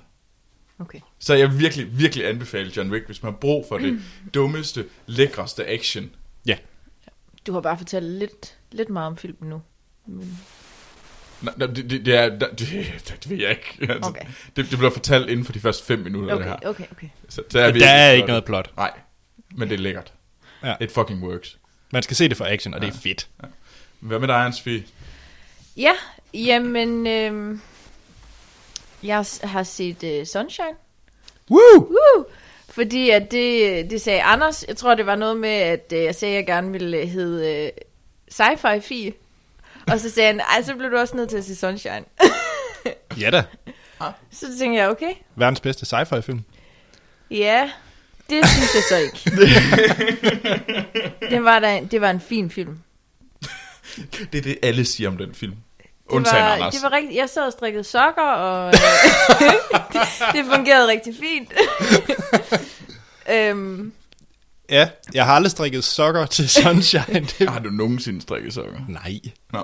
Okay. Så jeg vil virkelig, virkelig anbefale John Wick, hvis man har brug for det dummeste, lækreste action. Ja. Du har bare fortalt lidt, lidt meget om filmen nu. Nej, nej, det, det, det, er, det, det, det ved jeg ikke. Altså, Okay. okay. det, det bliver fortalt inden for de første fem minutter, okay. det Okay, her. okay, okay. Så, så er Der virkelig er flot. ikke noget plot. Nej, men det er lækkert. Ja. Ja. It fucking works. Man skal se det for action, og det er fedt. Hvad med dig, Ansvi? Ja, jamen... Øh, jeg har set øh, Sunshine. Woo! Woo! Fordi at det, det sagde Anders. Jeg tror, det var noget med, at øh, jeg sagde, at jeg gerne ville øh, hedde øh, Sci-Fi Fi. Og så sagde han, ej, så blev du også nødt til at se Sunshine. Ja da. Så tænkte jeg, okay. Verdens bedste sci-fi film. Ja, det synes jeg så ikke. det, var da, det var en fin film. Det er det, alle siger om den film. Det Undtagen var, Anders. det var rigtigt. Jeg sad og strikkede sokker, og øh, det, det fungerede rigtig fint. øhm, Ja, jeg har aldrig strikket sokker til Sunshine. Det... Har du nogensinde strikket sokker? Nej. Nå.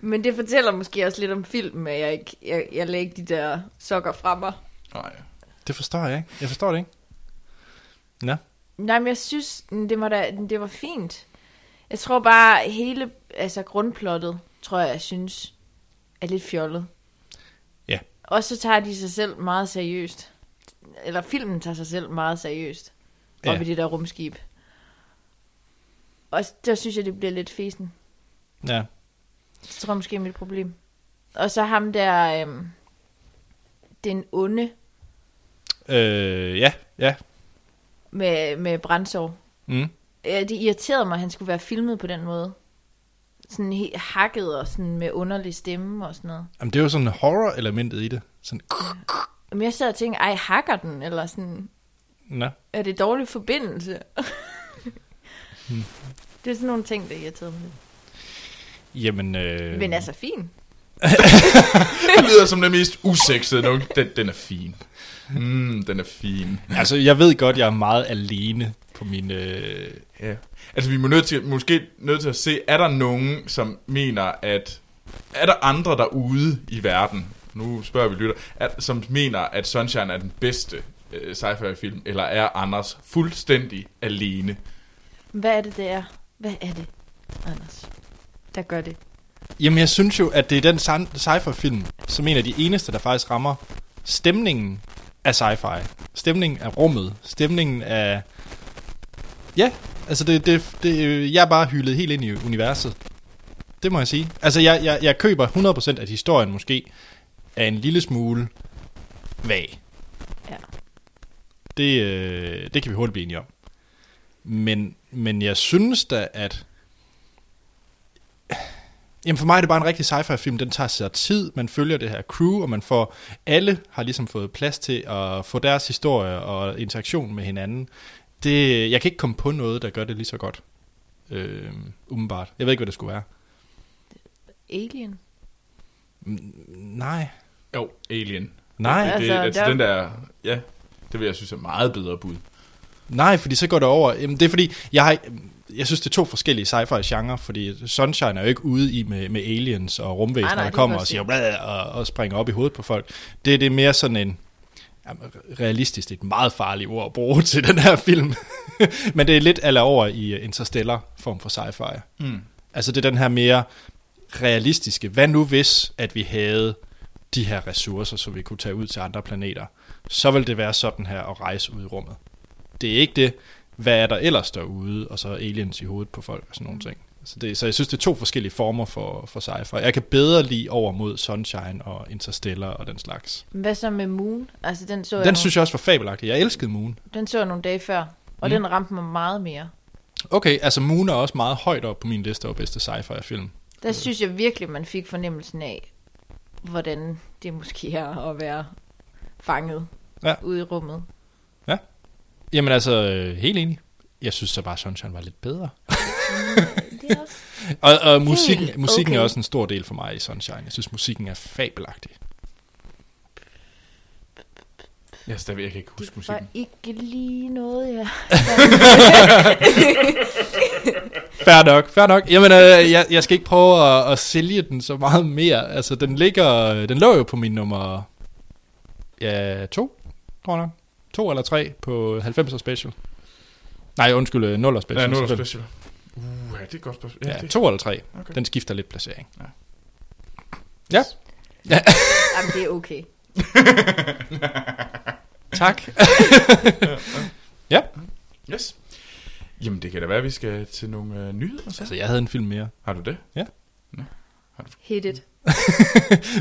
men det fortæller måske også lidt om filmen, at jeg, ikke, jeg, jeg lagde ikke de der sokker fra mig. Nej. Det forstår jeg ikke. Jeg forstår det ikke. Nå. Nej, men jeg synes, mm, det var, da, det var fint. Jeg tror bare, hele altså grundplottet, tror jeg, jeg synes, er lidt fjollet. Ja. Og så tager de sig selv meget seriøst. Eller filmen tager sig selv meget seriøst. Ja. Ja. Op i det der rumskib. Og s- der synes jeg, det bliver lidt fesen. Ja. Det tror jeg måske er mit problem. Og så ham der, øhm, den onde Øh, ja, ja. med, med brændsår. Mm. Ja, det irriterede mig, at han skulle være filmet på den måde. Sådan helt hakket og sådan med underlig stemme og sådan noget. Jamen, det er jo sådan horror-elementet i det. Sådan, Men jeg sad og tænkte, ej, hakker den? Eller sådan, Nå. er det dårlig forbindelse? det er sådan nogle ting, der irriterede mig. lidt. Jamen, øh... Men altså, fin. Det lyder som den mest usexede nogen. Den, den er fin. Mm, den er fin. altså, jeg ved godt, jeg er meget alene på min... Øh... Ja. Altså, vi må nødt til, måske nødt til at se, er der nogen, som mener, at... Er der andre derude i verden, nu spørger vi lytter, at, som mener, at Sunshine er den bedste øh, sci-fi-film, eller er Anders fuldstændig alene? Hvad er det, det er? Hvad er det, Anders, der gør det? Jamen, jeg synes jo, at det er den san- sci-fi-film, som en af de eneste, der faktisk rammer stemningen af sci-fi. Stemningen af rummet. Stemningen af... Ja, altså, det, det, det, jeg er bare hyldet helt ind i universet. Det må jeg sige. Altså, jeg, jeg, jeg køber 100% at historien måske er en lille smule vag. Ja. Det, øh, det kan vi hurtigt blive enige om. Men, men jeg synes da, at... Jamen for mig er det bare en rigtig sci-fi film. Den tager sig tid, man følger det her crew, og man får... Alle har ligesom fået plads til at få deres historie og interaktion med hinanden. Det, jeg kan ikke komme på noget, der gør det lige så godt. Øh, umiddelbart. Jeg ved ikke, hvad det skulle være. Alien? Mm, Nej. Jo, Alien. Nej. Det, altså, Altså, altså der- den der... Ja, det vil jeg synes er meget bedre bud. Nej, fordi så går det over. Jamen, det er fordi, jeg har, jeg synes, det er to forskellige sci-fi genrer, fordi Sunshine er jo ikke ude i med, med aliens og rumvæsener, Nej, nej, der det kommer kan og siger jeg "Blæh", og, og springer op i hovedet på folk. Det, det er mere sådan en, jamen, realistisk, det er et meget farligt ord at bruge til den her film, men det er lidt aller over i øh, interstellar form for sci-fi. Mm. Altså det er den her mere realistiske, hvad nu hvis, at vi havde de her ressourcer, så vi kunne tage ud til andre planeter, så vil det være sådan her at rejse ud i rummet. Det er ikke det, hvad er der ellers derude, og så aliens i hovedet på folk og sådan nogle ting. Så, det, så jeg synes, det er to forskellige former for, for sci-fi. Jeg kan bedre lide over mod Sunshine og Interstellar og den slags. Hvad så med Moon? Altså, den så, jeg Den nogle, synes jeg også var fabelagtig. Jeg elskede Moon. den så jeg nogle dage før, Mm. og mm. den ramte mig meget mere. Okay, altså Moon er også meget højt op på min liste over bedste sci-fi-film. Der synes jeg virkelig, man fik fornemmelsen af, hvordan det måske er at være fanget Ja. ude i rummet. Ja. Jamen altså, øh, helt enig. Jeg synes så bare, Sunshine var lidt bedre. Det er også Og, og musikken, musikken okay. er okay. også en stor del for mig i Sunshine. Jeg synes, musikken er fabelagtig. Jeg, stadig, jeg kan ikke huske var musikken. ikke lige noget, jeg... Fair nok, fair nok. Jamen, øh, jeg, jeg skal ikke prøve at, at sælge den så meget mere. Altså, den ligger, den lå jo på min nummer ja, to, tror jeg nok. To eller tre på 90'er special. Nej, undskyld, øh, 0'er special. Ja, nu er der selvfølgelig. special. Uh, ja, det er et godt spørgsmål. Ja, Ja, det, to eller tre. Okay. Okay. Den skifter lidt placering. Ja. Ja. Ja, Jamen, det er okay. tak. yes. Jamen, det kan da være, at vi skal til nogle øh, nyheder. Så. altså, jeg havde en film mere. Har du det? Hit it.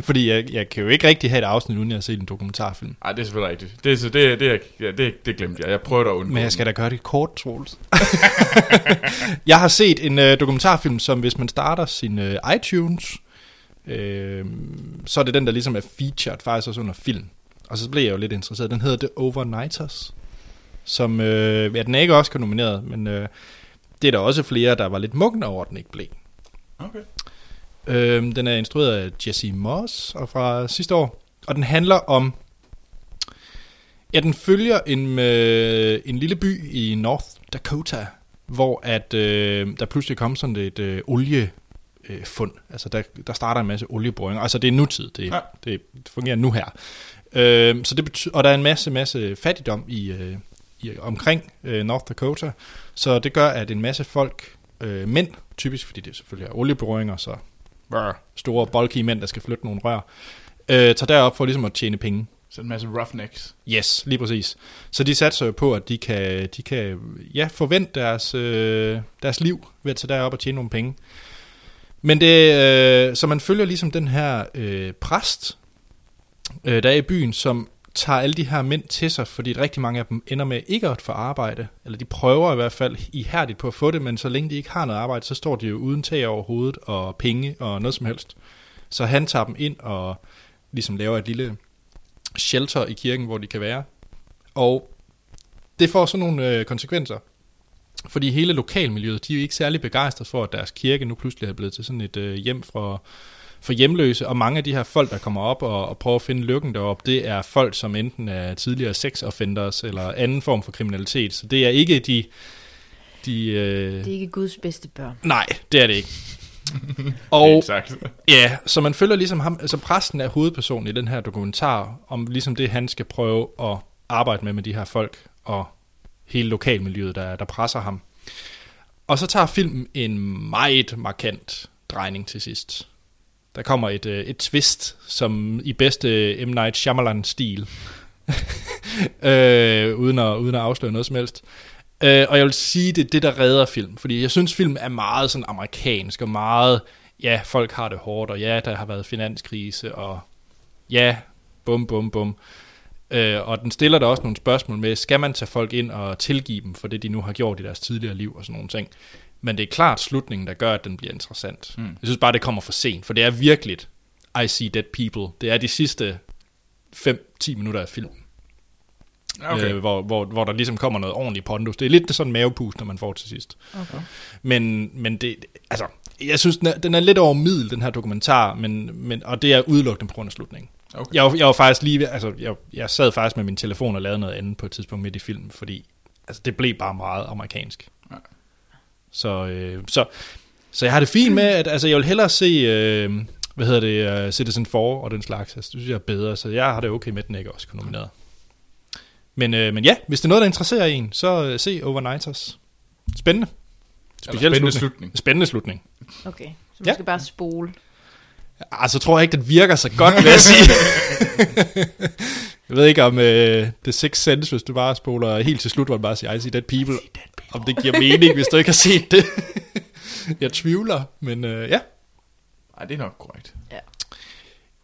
Fordi jeg, jeg kan jo ikke rigtig have et afsnit, uden jeg har set en dokumentarfilm. Nej, det er selvfølgelig rigtigt. Det, er så det, det, er- ja, det, det glemte jeg. Jeg prøvede at undgå Men jeg skal den. da gøre det kort, Troels. jeg har set en øh, dokumentarfilm, som hvis man starter sin øh, iTunes, øh, så er det den, der ligesom er featured faktisk også under film. Og så blev jeg jo lidt interesseret. Den hedder The Overnighters, som øh, ja, den er ikke også nomineret, men øh, det er der også flere, der var lidt mugne over, at den ikke blev. Okay. Øhm, den er instrueret af Jesse Moss og fra sidste år, og den handler om, ja, den følger en, øh, en lille by i North Dakota, hvor at øh, der pludselig kom sådan et øh, olie øh, fund. Altså der, der starter en masse olieboringer. Altså det er nutid, det, Ja. ja. det fungerer nu her. Øh, så det betyder, og der er en masse, masse fattigdom i, øh, i omkring øh, North Dakota, så det gør, at en masse folk, øh, mænd typisk, fordi det selvfølgelig er olieboringer, så brr, store, bulky mænd, der skal flytte nogle rør, øh, tager derop for ligesom at tjene penge. Så en masse roughnecks. Yes, lige præcis. Så de satser jo på, at de kan, de kan ja, forvente deres, øh, deres liv ved at tage derop og tjene nogle penge. Men det, øh, så man følger ligesom den her øh, præst, øh, der er i byen, som tager alle de her mænd til sig, fordi rigtig mange af dem ender med ikke at få arbejde, eller de prøver i hvert fald ihærdigt på at få det, men så længe de ikke har noget arbejde, så står de jo uden tag over hovedet og penge og noget som helst. Så han tager dem ind og ligesom laver et lille shelter i kirken, hvor de kan være. Og det får sådan nogle øh, konsekvenser. Fordi hele lokalmiljøet, de er jo ikke særlig begejstret for, at deres kirke nu pludselig er blevet til sådan et øh, hjem for, for hjemløse. Og mange af de her folk, der kommer op og, og prøver at finde lykken deroppe, det er folk, som enten er tidligere sexoffenders eller anden form for kriminalitet. Så det er ikke de... de øh, Det er ikke Guds bedste børn. Nej, det er det ikke. Det er Og Exakt. Ja, så man følger ligesom ham, altså præsten er hovedpersonen i den her dokumentar, om ligesom det, han skal prøve at arbejde med med de her folk, og hele lokalmiljøet, der, der presser ham. Og så tager filmen en meget markant drejning til sidst. Der kommer et, øh, et twist, som i bedste øh, M. Night Shyamalan-stil, øh, uden, at, uden at afsløre noget som helst. Øh, og jeg vil sige, det er det, der redder film, fordi jeg synes, film er meget sådan amerikansk, og meget, ja, folk har det hårdt, og ja, der har været finanskrise, og ja, bum, bum, bum. Øh, og den stiller der også nogle spørgsmål med, skal man tage folk ind og tilgive dem for det, de nu har gjort i deres tidligere liv og sådan nogle ting. Men det er klart slutningen, der gør, at den bliver interessant. Mm. Mm. Jeg synes bare, det kommer for sent, for det er virkelig I see dead people. Det er de sidste 5-10 minutter af filmen, Okay. øh, hvor, hvor, hvor der ligesom kommer noget ordentligt pondus. Det er lidt sådan mavepus, når man får til sidst. Okay. Men, men det, altså, jeg synes, den er, den er lidt over middel, den her dokumentar, men, men, og det er udelukkende på grund af slutningen. Okay. Jeg, var- jeg var faktisk lige, ved- altså, jeg, jeg sad faktisk med min telefon og lavede noget andet på et tidspunkt midt i filmen, fordi altså, det blev bare meget amerikansk. Ja. Så, øh, så, så jeg har det fint med, at altså, jeg vil hellere se, øh, hvad hedder det, uh, Citizen 4 og den slags, altså, det synes jeg er bedre, så jeg har det okay med, at den ikke også kunne nomineret. Men, øh, men ja, hvis det er noget, der interesserer en, så øh, se Overnighters. Spændende. Eller Speciel Altså, spændende slutning. slutning. Spændende slutning. okay. Så man Ja. skal bare spole. Ah, så tror jeg ikke, den virker så godt, vil jeg sige. jeg ved ikke om øh, The Sixth Sense, hvis du bare spoler helt til slut, hvor du bare siger, I see that people, om det giver mening, hvis du ikke har set det. jeg tvivler, men øh, ja. Nej, det er nok korrekt.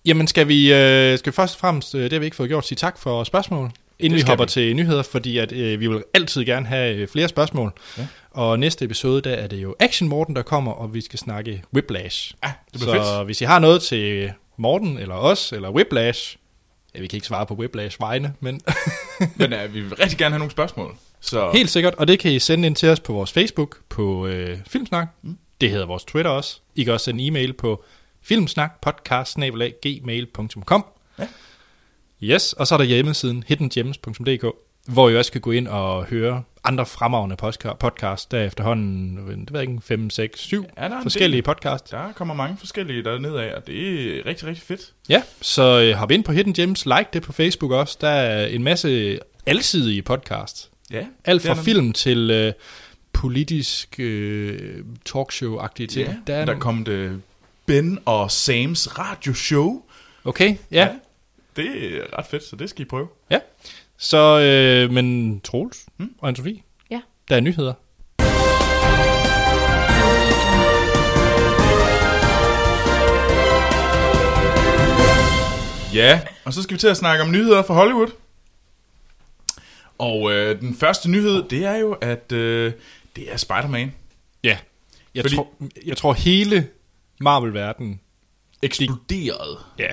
Jamen skal vi, øh, skal vi først og fremmest, øh, det har vi ikke fået gjort, sige tak for spørgsmål, inden vi skal hopper vi. vi. til nyheder, fordi at, øh, vi vil altid gerne have øh, flere spørgsmål. Ja. Ja. Og næste episode, der er det jo Action Morten, der kommer, og vi skal snakke Whiplash. Ja, det så bliver fedt. hvis I har noget til Morten, eller os, eller Whiplash, ja, vi kan ikke svare på Whiplash vegne, men øh, Men uh, vi vil rigtig gerne have nogle spørgsmål. Så Helt sikkert, og det kan I sende ind til os på vores Facebook, på øh, Filmsnak. Mm. Det hedder vores Twitter også. I kan også sende en e-mail på filmsnakpodcast.gmail.com Ja. Yes, og så er der hjemmesiden hiddengems.dk, hvor I også kan gå ind og høre andre fremragende podca- podcast. Der er efterhånden, det ved jeg ikke, 5, 6, 7 er der en forskellige del. podcast. Der kommer mange forskellige dernede af, og det er rigtig, rigtig fedt. Ja, så øh, hop ind på Hidden Gems, like det på Facebook også. Der er en masse alsidige podcasts. Ja, Alt det er fra der- film til øh, politisk øh, talkshow-agtige ting. Ja, der, der nogle- kom det Ben og Sams radioshow. Okay, ja. ja. Det er ret fedt, så det skal I prøve. ja. Så, øh, men Troels hmm? og Anne-Sophie, Ja. der er nyheder. Ja, og så skal vi til at snakke om nyheder fra Hollywood. Og øh, den første nyhed, det er jo, at øh, det er Spider-Man. Ja. Jeg, Fordi... Fordi- tror, jeg tror hele Marvel-verdenen... Eksploderet Ja.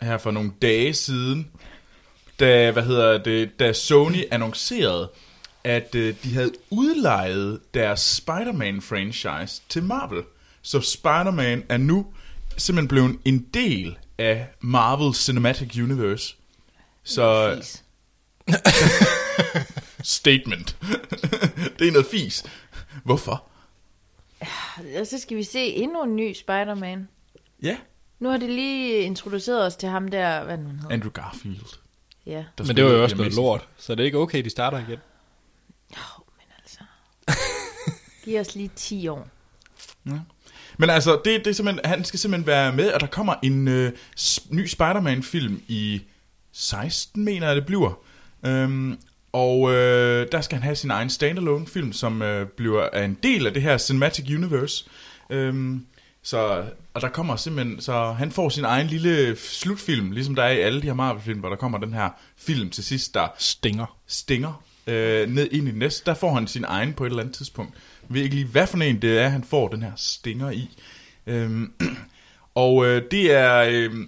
her for nogle dage siden, da, hvad hedder det, da Sony annoncerede, at øh, de havde udlejet deres Spider-Man-franchise til Marvel. Så Spider-Man er nu simpelthen blevet en del af Marvel Cinematic Universe. Så Fis. statement. det er noget fis. Hvorfor? Og så skal vi se endnu en ny Spider-Man. Ja. Nu har de lige introduceret os til ham der, hvad nu han hedder. Andrew Garfield. Ja. der Men det var spiller jo også i noget Amazing. lort, så det er ikke okay, de starter igen. Oh, men altså. Giv os lige 10 år. Men altså, det, det er simpelthen, han skal simpelthen være med, og der kommer en øh, s- ny Spider-Man-film i 16, mener jeg, det bliver. Øhm, og øh, der skal han have sin egen standalone-film, som øh, bliver er en del af det her Cinematic Universe. Øhm, så, og der kommer simpelthen, så han får sin egen lille slutfilm, ligesom der er i alle de her Marvel-film, hvor der kommer den her film til sidst, der Stinger. stinger øh, ned ind i den næste. Der får han sin egen på et eller andet tidspunkt. Jeg ved ikke lige, hvad for en det er, han får den her stinger i. Øhm, og øh, det er... Øh,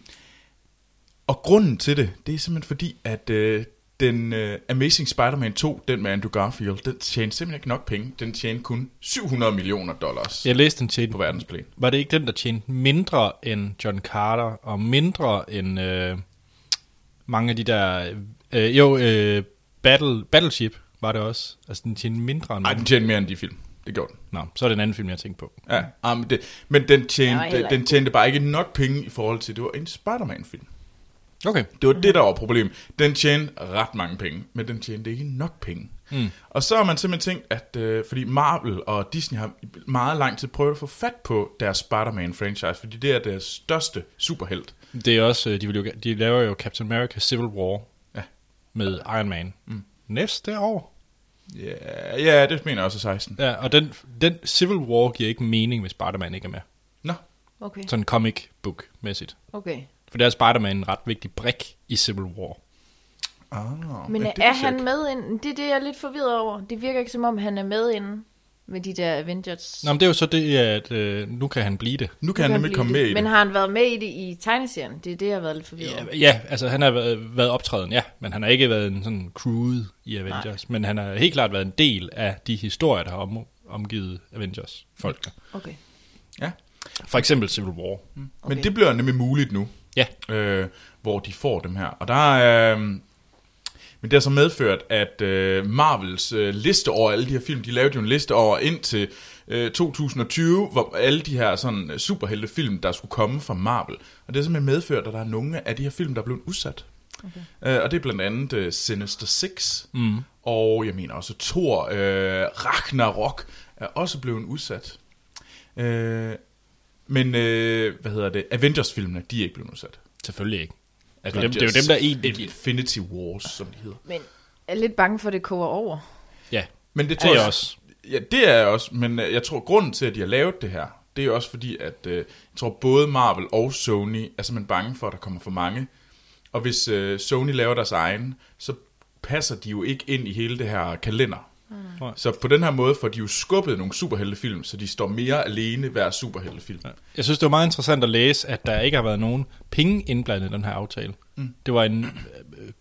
og grunden til det, det er simpelthen fordi, at øh, den øh, Amazing Spider-Man 2, den med Andrew Garfield, den tjente simpelthen ikke nok penge. Den tjente kun 700 millioner dollars Jeg læste en tjene. på verdensplan. Var det ikke den, der tjente mindre end John Carter, og mindre end øh, mange af de der... Øh, jo, øh, Battle, Battleship var det også. Altså, den tjente mindre end... Nej, den tjente mere end de film. Det gjorde den. Nå, så er det en anden film, jeg tænkte på. Ja, ja men, det, men den, Den var tjente, heller den, ikke den tjente bare ikke nok penge i forhold til, det var en Spider-Man-film. Okay. Det var det, der var problemet. Den tjente ret mange penge, men den tjente ikke nok penge. Mm. Og så har man simpelthen tænkt, at øh, fordi Marvel og Disney har i meget lang tid prøvet at få fat på deres Spider-Man-franchise, fordi det er deres største superhelt. Det er også... øh, De, vil jo, de laver jo Captain America Civil War Ja. med Iron Man. Mm. Næste år. Ja, ja, det mener jeg også er 16. Ja, og den, den Civil War giver ikke mening, hvis Spider-Man ikke er med. Nå, Okay, Sådan comic book-mæssigt. okay. For der er Spider-Man en ret vigtig brik i Civil War. ah, Men er, det vidste er jeg han ikke. med inden? Det er det, jeg er lidt forvirret over. Det virker ikke, som om han er med inden med de der Avengers. Nå, men det er jo så det, at øh, nu kan han blive det. Nu Nu kan han nemlig blive komme med i det. Men har han været med i det i tegneserien? Det er det, jeg har været lidt forvirret over. Ja, ja, altså han har været, været optræden, ja, men han har ikke været en sådan crewet i Avengers, Nej. men han har helt klart været en del af de historier, der har om, omgivet Avengers folk. Okay. Ja. For eksempel Civil War. Mm. Okay. Men Okay. det bliver nemlig muligt nu. Ja, øh, hvor de får dem her. Og der er... Øh, men det har så medført, at øh, Marvels øh, liste over alle de her film, de lavede jo en liste over indtil øh, 2020, hvor alle de her sådan øh, superheltefilm, der skulle komme fra Marvel. Og det har simpelthen medført, at der er nogle af de her film, der er blevet udsat. Okay. Øh, og det er blandt andet øh, Sinister Six, mm. og jeg mener også Thor, øh, Ragnarok er også blevet udsat. Øh, men, øh, hvad hedder det, Avengers-filmene, de er ikke blevet udsat. selvfølgelig ikke. Altså, dem, det er jo dem, der egentlig... Infinity Wars, som de hedder. Men jeg er lidt bange for, at det koger over. Ja, Men det det er jeg også. Ja, det er jeg også, men øh, jeg tror, grunden til, at de har lavet det her, det er også fordi, at øh, jeg tror, både Marvel og Sony er simpelthen bange for, at der kommer for mange. Og hvis øh, Sony laver deres egen, så passer de jo ikke ind i hele det her kalender. Mm. Nej. Så på den her måde får de jo skubbet nogle superheltefilm, så de står mere alene hver superheltefilm. Ja. Jeg synes, det var meget interessant at læse, at der ikke har været nogen penge indblandet i den her aftale. Mm. Det var en øh, øh,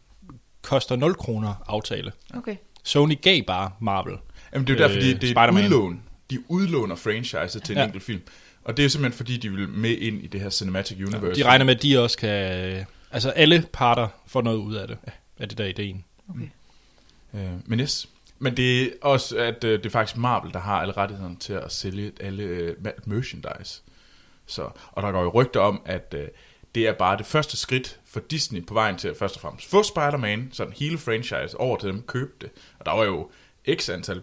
koster 0 kroner aftale. Okay. Sony gav bare Marvel. Jamen, det er jo derfor, Øh, de, det er et Spider-Man. udlån. De udlåner franchiser til en Ja. enkelt film. Og det er simpelthen, fordi de vil med ind i det her Cinematic Universe. De regner med, at de også kan... øh, Altså alle parter får noget ud af det. Af det der ideen. Okay. Øh, men yes. Men det er også, at øh, det er faktisk Marvel, der har alle rettighederne til at sælge alle øh, alt merchandise. Så, og der går jo rygter om, at øh, det er bare det første skridt for Disney på vejen til at først og fremmest få Spider-Man, sådan hele franchise over til dem, købe det. Og der var jo x antal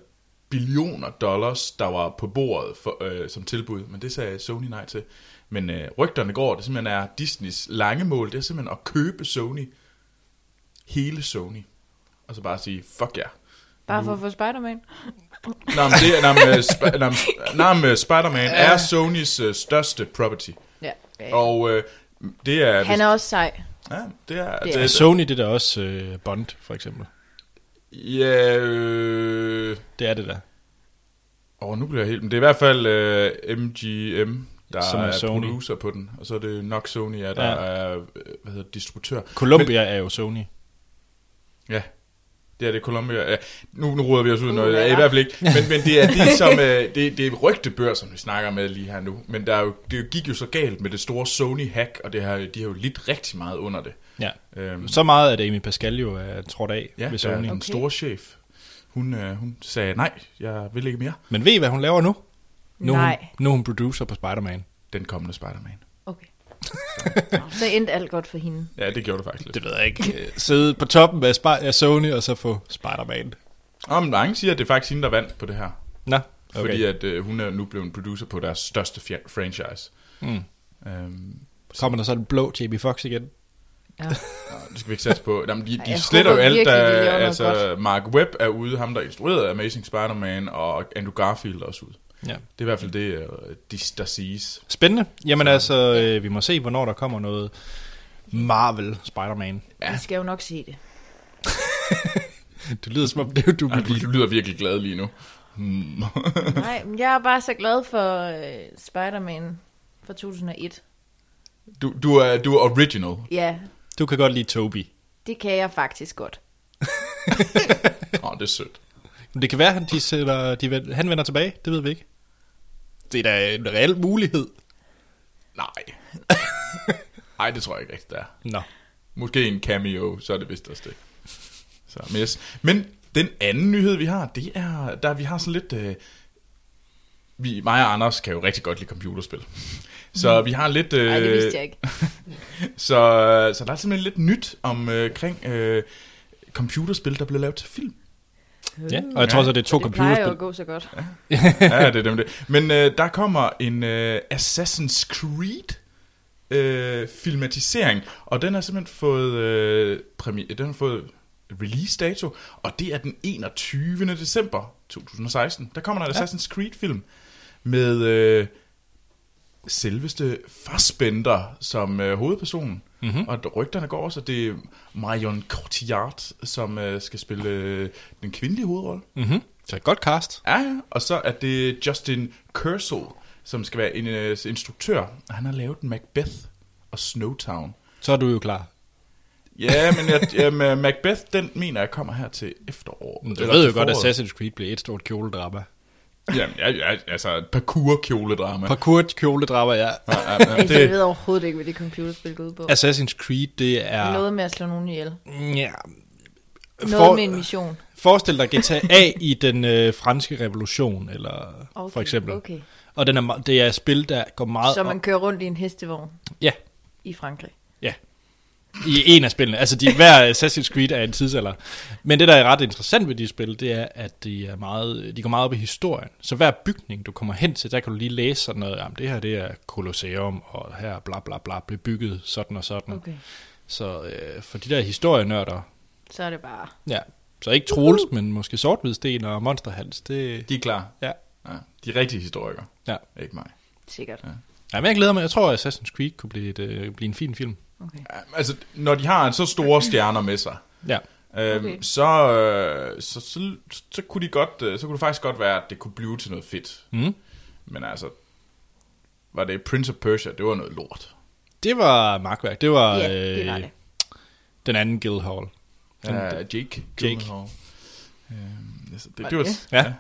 billioner dollars, der var på bordet for, øh, som tilbud, men det sagde Sony nej til. Men øh, rygterne går, det simpelthen er Disneys lange mål, det er simpelthen at købe Sony. Hele Sony. Og så bare sige, fuck jer. Yeah. Bare for at få Spider-Man. Nå, men det er, nå, men, øh, sp- nå, men, sp- nå, men, øh, Spider-Man er Sonys øh, største property. Ja. ja. Og øh, det er... Han er også sej. Ja, det er... Det Det er- Er er Sony det der også øh, Bond, for eksempel? ja, øh, Det er det der. åh, nu bliver jeg helt... Men det er i hvert fald øh, MGM, der Som Som er er, er Sony. producer på den. Og så er det nok Sony, ja, der Ja. ja. er øh, hvad hedder, det, distributør. Columbia er jo Sony. Ja. Det er det Columbia. Ja. Nu, nu ruder vi os ud i Uh, noget. Ja, I ja. hvert fald ikke. Men, men det er det, som, øh, det, det er rygtebør, som vi snakker med lige her nu. Men der er jo, det gik jo så galt med det store Sony-hack, og det har, de har jo lidt rigtig meget under det. Ja. Øhm, Så meget, at Amy Pascal jo er trådt af ja, ja, ved der er Sony. den Okay. store chef. Hun, øh, hun sagde, nej, jeg vil ikke mere. Men ved I, hvad hun laver nu? Nu, er hun- Nej. nu er hun producer på Spider-Man. Den kommende Spider-Man. Okay. Nå, Så endte alt godt for hende. Ja, det gjorde det faktisk lidt. Det ved jeg ikke. Øh, Sidde på toppen af, Sp- af Sony, og så få Spider-Man. Og mange siger, at det er faktisk hende, der vandt på det her. Nå, Okay. Fordi at øh, hun er nu blevet en producer på deres største fjer- franchise. Mm. Øhm, Kommer der så en blå JB Fox igen? Ja. Nå, Ah, det skal vi ikke satse på. Jamen, de, Ej, de jeg sletter jo håber alt, virkelig, der, de laver noget altså Mark Webb er ude, ham der instruerede Amazing Spider-Man, og Andrew Garfield er også ude. Ja. Det er i hvert fald det, øh, de, der siges. Spændende. Jamen så. altså, øh, vi må se, hvornår der kommer noget Marvel Spider-Man. Ja. Jeg skal jo nok se det. Det lyder som om, det er du Ej, Ah, Du lyder virkelig glad lige nu. Hmm. Nej, men jeg er bare så glad for øh, Spider-Man fra 2001. Du, du, er, du er original. Ja, Du kan godt lide Toby. det kan jeg faktisk godt. Åh, oh, det er sødt. Men det kan være, at de sætter, de, vend- han vender tilbage. Det ved vi ikke. Det er da en reel mulighed. Nej. Nej, det tror jeg ikke rigtigt, der er. Nå. Måske en cameo, så er det vist også det. Så, men, yes. men den anden nyhed, vi har, det er, der vi har sådan lidt... Øh, vi, mig og Anders kan jo rigtig godt lide computerspil. Så vi har lidt... Øh, Mm. Nej, det vidste jeg ikke. Så, så der er simpelthen lidt nyt omkring øh, kring, øh, computerspil, der bliver lavet til film. Ja, og jeg tror så, det er to Øh. det plejer jo at computerspil. gå så godt. ja, det er dem det. Men øh, der kommer en øh, Assassin's Creed øh, filmatisering, og den har simpelthen fået, øh, premi- den har fået release dato, og det er den 21. december 2016. Der kommer der en Ja. Assassin's Creed film med øh, selveste Fassbender som øh, hovedpersonen. Mm-hmm. Og rygterne går også, at det er Marion Cotillard, som øh, skal spille øh, den kvindelige hovedrolle. Mm-hmm. Så et godt cast. Ja, ja. Og så er det Justin Kersel, som skal være en øh, instruktør. Han har lavet Macbeth og Snowtown. Så er du jo klar. Ja, men jeg, jamen, Macbeth, den mener jeg kommer her til efteråret. Men Du Eller ved til jo godt, at foråret. Assassin's Creed blev et stort kjoledrama. Jamen, ja, ja, altså et parkour-kjoledrama. Parkour kjoledrama, ja. Ja, ja, ja, Det... Jeg det, ved overhovedet ikke, hvad det computerspil går ud på. Altså, Assassin's Creed, det er... Noget med at slå nogen ihjel. Ja. Noget For... med en mission. Forestil dig GTA i den øh, franske revolution, eller okay, Okay, for eksempel. Okay. Okay. Og den er, me- det er et spil, der går meget Så op man kører rundt i en hestevogn Ja. i Frankrig. i en af spillene. Altså, de, hver Assassin's Creed er en tidsalder. Men det, der er ret interessant ved de spil, det er, at de, er meget, de går meget op i historien. Så hver bygning, du kommer hen til, der kan du lige læse sådan noget. Jamen, det her, det er Colosseum, og her bla bla bla, blev bygget sådan og sådan. Okay. Okay. Så øh, for de der historienørder, Så er det bare... ja, så ikke Troels, Uhuh. men måske Sorthvidsten og Monsterhals, det... de er klar. Ja. ja. De er rigtige historikere. Ja. Ikke mig. Sikkert. Jamen, jeg glæder mig. Jeg tror, at Assassin's Creed kunne blive, et, øh, blive en fin film. Okay. Ja, Altså, når de har så store stjerner med sig, Ja. Øhm, Okay. så, øh, så, så, så, kunne de godt, øh, så kunne det faktisk godt være, at det kunne blive til noget fedt. Mm. Men altså, var det Prince of Persia, det var noget lort. Det var magtværk. Det var Ja, det var øh, det. den anden Guildhall. Den, Uh, Jake. Jake. Gyllenhaal. Øhm, altså, det, Var det var, det? Ja.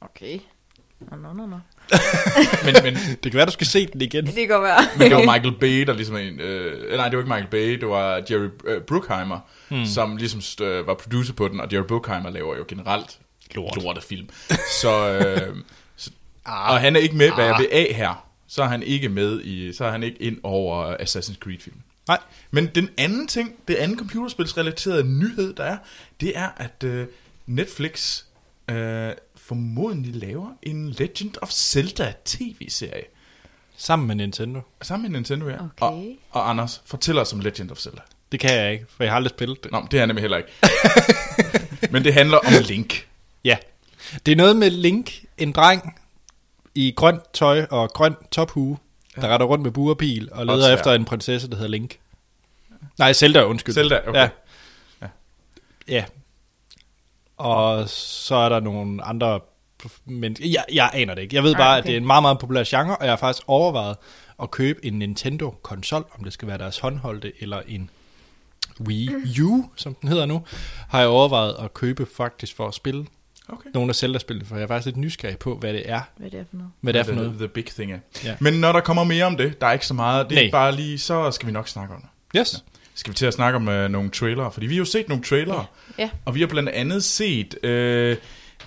Okay. Nå, nå, nå, nå. men, men, Det kan være, du skal se den igen. Det går være. Men det var Michael Bay, der ligesom en... Øh, nej, det var ikke Michael Bay, det var Jerry øh, Bruckheimer, mm. som ligesom st- øh, var producer på den, og Jerry Bruckheimer laver jo generelt Lort. lortefilm. Så, øh, så Ah. og han er ikke med, hvad jeg vil af her. Så er han ikke med i... Så er han ikke ind over Assassin's Creed-filmen. Nej. Men den anden ting, det andet computerspilsrelaterede nyhed, der er, det er, at øh, Netflix øh, formodentlig laver en Legend of Zelda tv-serie. Sammen med Nintendo. Sammen med Nintendo, ja. Okay. Og, og Anders, fortæl os om Legend of Zelda. Det kan jeg ikke, for jeg har aldrig spillet det. Nå, men det er jeg nemlig heller ikke. Men det handler om Link. Ja. Det er noget med Link, en dreng i grønt tøj og grøn tophue, ja. der retter rundt med buerpil og leder svær. efter en prinsesse, der hedder Link. Nej, Zelda, undskyld. Zelda, okay. Ja. Ja. ja. ja. Og så er der nogle andre men jeg, jeg aner det ikke. Jeg ved Nej, bare, okay. at det er en meget, meget populær genre, og jeg har faktisk overvejet at købe en Nintendo-konsol, om det skal være deres håndholdte, eller en Wii U, som den hedder nu, har jeg overvejet at købe faktisk for at spille Okay. nogle af Zelda-spillene, for jeg er faktisk lidt nysgerrig på, hvad det er, Hvad er det for noget? hvad det er for noget. The, the big thing er. Ja. Men når der kommer mere om det, der er ikke så meget, det er Nej. ikke bare lige, så skal vi nok snakke om det. Yes. Skal vi til at snakke om øh, nogle trailere? Fordi vi har jo set nogle trailere, Ja. og vi har blandt andet set øh,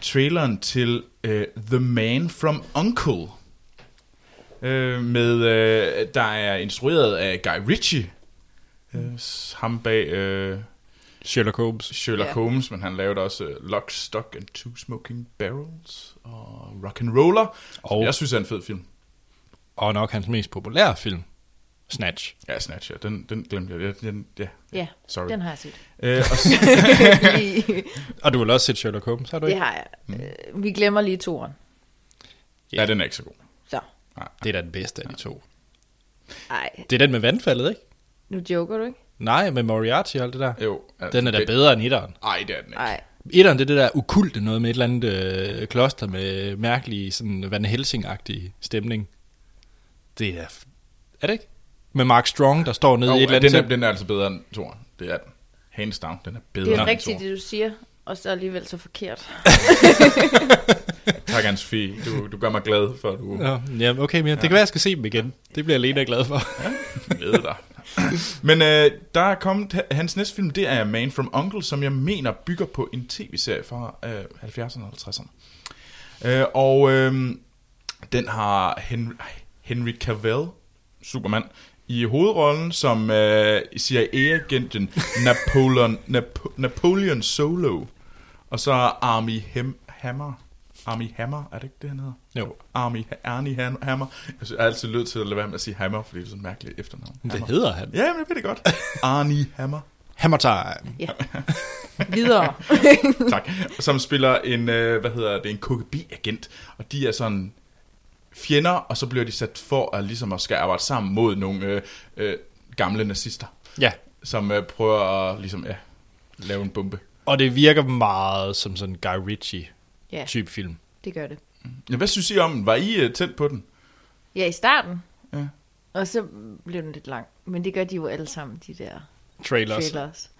traileren til øh, The Man from Uncle, øh, med øh, der er instrueret af Guy Ritchie, øh, s- ham bag... Øh, Sherlock Holmes. Sherlock Ja. yeah. Holmes, men han lavede også uh, Lock, Stock and Two Smoking Barrels og Rock and Roller. Og- Oh. Jeg synes, det er en fed film. Og nok hans mest populære film, Snatch. Ja, Snatch, ja. Den, den glemte jeg. Ja, Den, ja. Ja, Sorry. den har jeg set. Øh, og så, Og du har vel også set Sherlock Holmes, har du det ikke? har jeg. Øh, Vi glemmer lige toren. ja, den er ikke så god. Så, Det er da den bedste af de to. ej, Det er den med vandfaldet, ikke? nu joker du ikke? Nej, med Moriarty og alt det der. Jo. altså, Den er da det- bedre end etteren. Ej, det er den ikke. Nej, Etteren, det er det der okulte noget med et eller andet øh, kloster med mærkelig, sådan Van Helsing-agtig stemning. Det er da... f- Er det ikke? Med Mark Strong, der står nede i Jo, et eller andet... den, er, tempel. den er altså bedre end Toren. Det er den. Hands down, den er bedre det er end rigtigt, Toren. det du siger, og så alligevel så forkert. Tak, hans Fie. Du, du gør mig glad for, at du Nå, ja, okay, men det kan være, jeg skal se dem igen. Det bliver Lena glad for. med dig. Men øh, der er kommet, h- hans næste film, det er Man from Uncle, som jeg mener bygger på en tv-serie fra øh, 70'erne og 50'erne. Øh, og øh, den har Henry, Henry Cavill, Superman, i hovedrollen som øh, CIA-agenten Napoleon, Napo- Napoleon Solo. Og så Army Hem, Hammer. Army Hammer, er det ikke det, han hedder? Jo. Army, Arnie Han- Hammer. Jeg synes, jeg er altid nødt til at lade være med at sige Hammer, fordi det er sådan et mærkeligt efternavn. Det Hammer. hedder han. Ja, men det ved det godt. Arnie Hammer. Hammer time. Ja. Videre. tak. Som spiller en, øh, hvad hedder det, en KGB-agent. Og de er sådan fjender, og så bliver de sat for at ligesom at skal arbejde sammen mod nogle øh, øh, gamle nazister, Ja, som øh, prøver at ligesom, ja, lave en bombe. og det virker meget som sådan en Guy Ritchie-type Ja, film. det gør det. Ja, hvad synes I om den? Var I øh, tændt på den? Ja, i starten. Ja. Og så blev den lidt lang. Men det gør de jo alle sammen, de der Trailers. Trailer. trailers.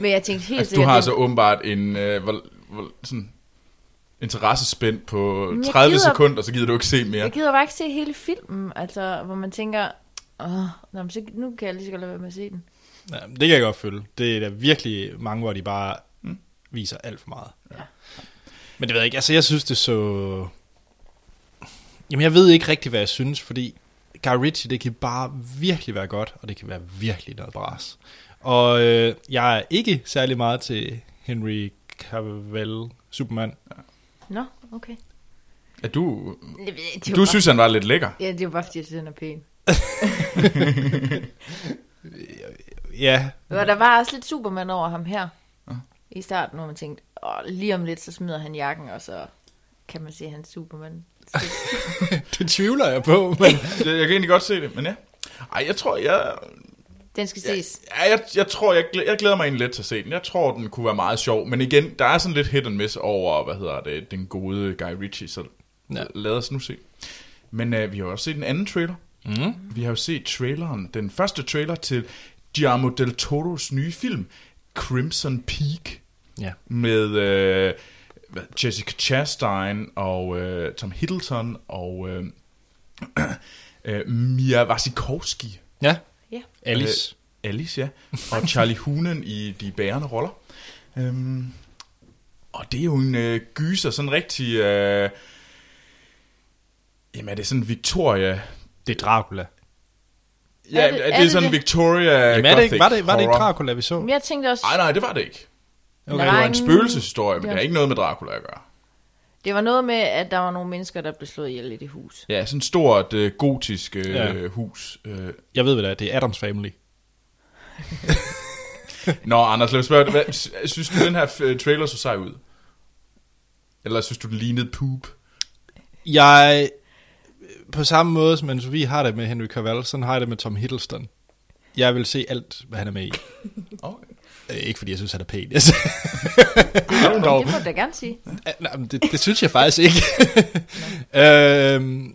Men jeg tænkte helt Altså, du sikkert, har det- altså åbenbart en øh, hvor, hvor, sådan interessespænd på Men jeg 30 gider- sekunder, så gider du ikke se mere. Jeg gider bare ikke se hele filmen, altså, hvor man tænker, åh, nå, men så, nu kan jeg lige så godt lade være med at se den. Ja, det kan jeg godt følge. Det er der virkelig mange, hvor de bare mm. viser alt for meget. Ja. Men det ved jeg ikke. Altså, jeg synes det så... Jamen, jeg ved ikke rigtig, hvad jeg synes, fordi Guy Ritchie, det kan bare virkelig være godt, og det kan være virkelig noget bras. Og øh, jeg er ikke særlig meget til Henry Cavill, Superman. Nå, okay. Er du, Det, det er jo du bare, synes, han var lidt lækker. Ja, det er jo bare, fordi jeg synes, den er pæn. Ja, Og der var også lidt Superman over ham her i starten, hvor man tænkte, åh, lige om lidt, så smider han jakken, og så kan man se hans Superman. det tvivler jeg på, men... Jeg, jeg kan egentlig godt se det, men ja. Ej, jeg tror, jeg, Den skal Ja, ses. Ja, jeg, jeg tror, jeg, glæ- jeg glæder mig egentlig lidt til at se den. Jeg tror, den kunne være meget sjov. Men igen, der er sådan lidt hit and miss over, hvad hedder det, den gode Guy Ritchie, så ja. Ja. lad os nu se. Men øh, vi har jo også set en anden trailer. Mm. Vi har jo set traileren, den første trailer til Guillermo del Toros nye film, Crimson Peak. Ja. med øh, hvad, Jessica Chastain og øh, Tom Hiddleston og øh, øh, Mia Wasikowski. Ja, Ja. Alice. Øh, Alice, ja. Og Charlie Hunen i de bærende roller. Øhm, og det er jo en øh, gyser, sådan rigtig... Øh, jamen, er det sådan Victoria... Det er Dracula. Ja, er det, er det sådan det? Victoria Jamen, er det ikke, var, det, var det ikke Gothic horror? Dracula, vi så? Men jeg tænkte også, Nej, nej, det var det ikke. Okay. Det var en Drengen- spøgelseshistorie, men det Ja. har ikke noget med Dracula at gøre. det var noget med, at der var nogle mennesker, der blev slået ihjel i det hus. Ja, sådan et stort øh, gotisk øh, Ja. ja. hus. Øh. Jeg ved, hvad det er. Det er Adams Family. Nå, Anders, lad mig spørge, dig, hvad, sy- synes du, den her øh, trailer så sej ud? Eller synes du, den lignede poop? Jeg, på samme måde som Anne-Sophie har det med Henry Cavill, sådan har jeg det med Tom Hiddleston. Jeg vil se alt, hvad han er med i. Okay. Øh, Ikke fordi jeg synes, han er pæn. Altså, Jeg synes- Det Dog. må du da gerne sige. Øh, Nej, men det, det synes jeg faktisk ikke. øhm,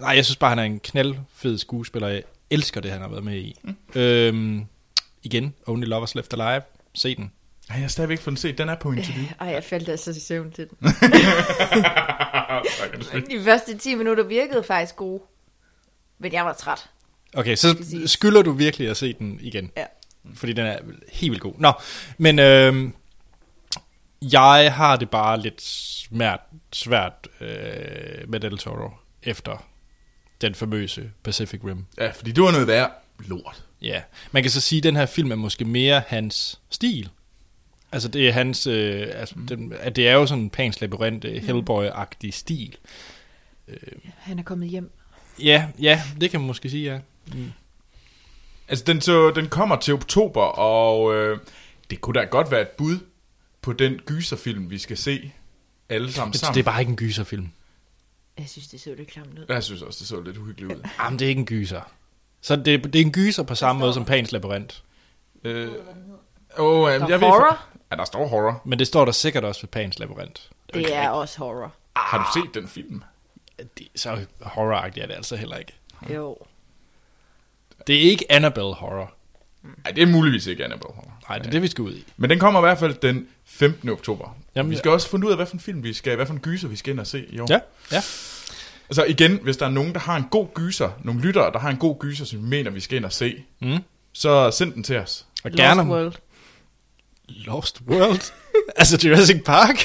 nej, jeg synes bare, han er en knaldfed skuespiller. Jeg elsker det, han har været med i. Mm. Øhm, igen, Only Lovers Left Alive. Se den. Ej, jeg har stadigvæk fået den set. Den er på interview. Ej, jeg faldt altså i søvn til den. Ej, kan du se? De første 10 minutter virkede faktisk gode. Men jeg var træt. Okay, så Præcis. skylder du virkelig at se den igen. Ja. Fordi den er helt vildt god. Nå, men øhm, jeg har det bare lidt smert, svært øh, med Del Toro efter den famøse Pacific Rim. ja, fordi det var noget værd. Lort. Ja, man kan så sige, at den her film er måske mere hans stil. Altså det er hans, øh, altså, Mm. den, at det er jo sådan Pans Labyrinth, øh, Hellboy-agtig stil. Han er kommet hjem. Ja, ja, det kan man måske sige, ja. Altså, den, så, den kommer til oktober, og øh, det kunne da godt være et bud på den gyserfilm, vi skal se alle sammen Det, sammen. det er bare ikke en gyserfilm. Jeg synes, det så lidt klamt ud. Jeg synes også, det så lidt uhyggeligt ud. Jamen, det er ikke en gyser. Så det, det er en gyser på samme måde som Pans Labyrinth. Øh, oh, Der øh, er jeg Ved, horror. ja, der står horror. Men det står der sikkert også ved Pans Labyrinth. Det er også horror. Har Ah. du set den film? Det, så horroragtigt er det altså heller ikke. Jo. Det er ikke Annabelle horror. Nej, det er muligvis ikke Annabelle horror. Nej, det er det, vi skal ud i. Men den kommer i hvert fald den 15. oktober. Jamen, Jamen, vi skal også finde ud af, hvad for en film vi skal, hvad for en gyser vi skal ind og se i år. Ja, ja. Altså igen, hvis der er nogen, der har en god gyser, nogle lyttere, der har en god gyser, som vi mener, vi skal ind og se, Mm. så send den til os. Og gerne... Lost World. Lost World? altså Jurassic Park?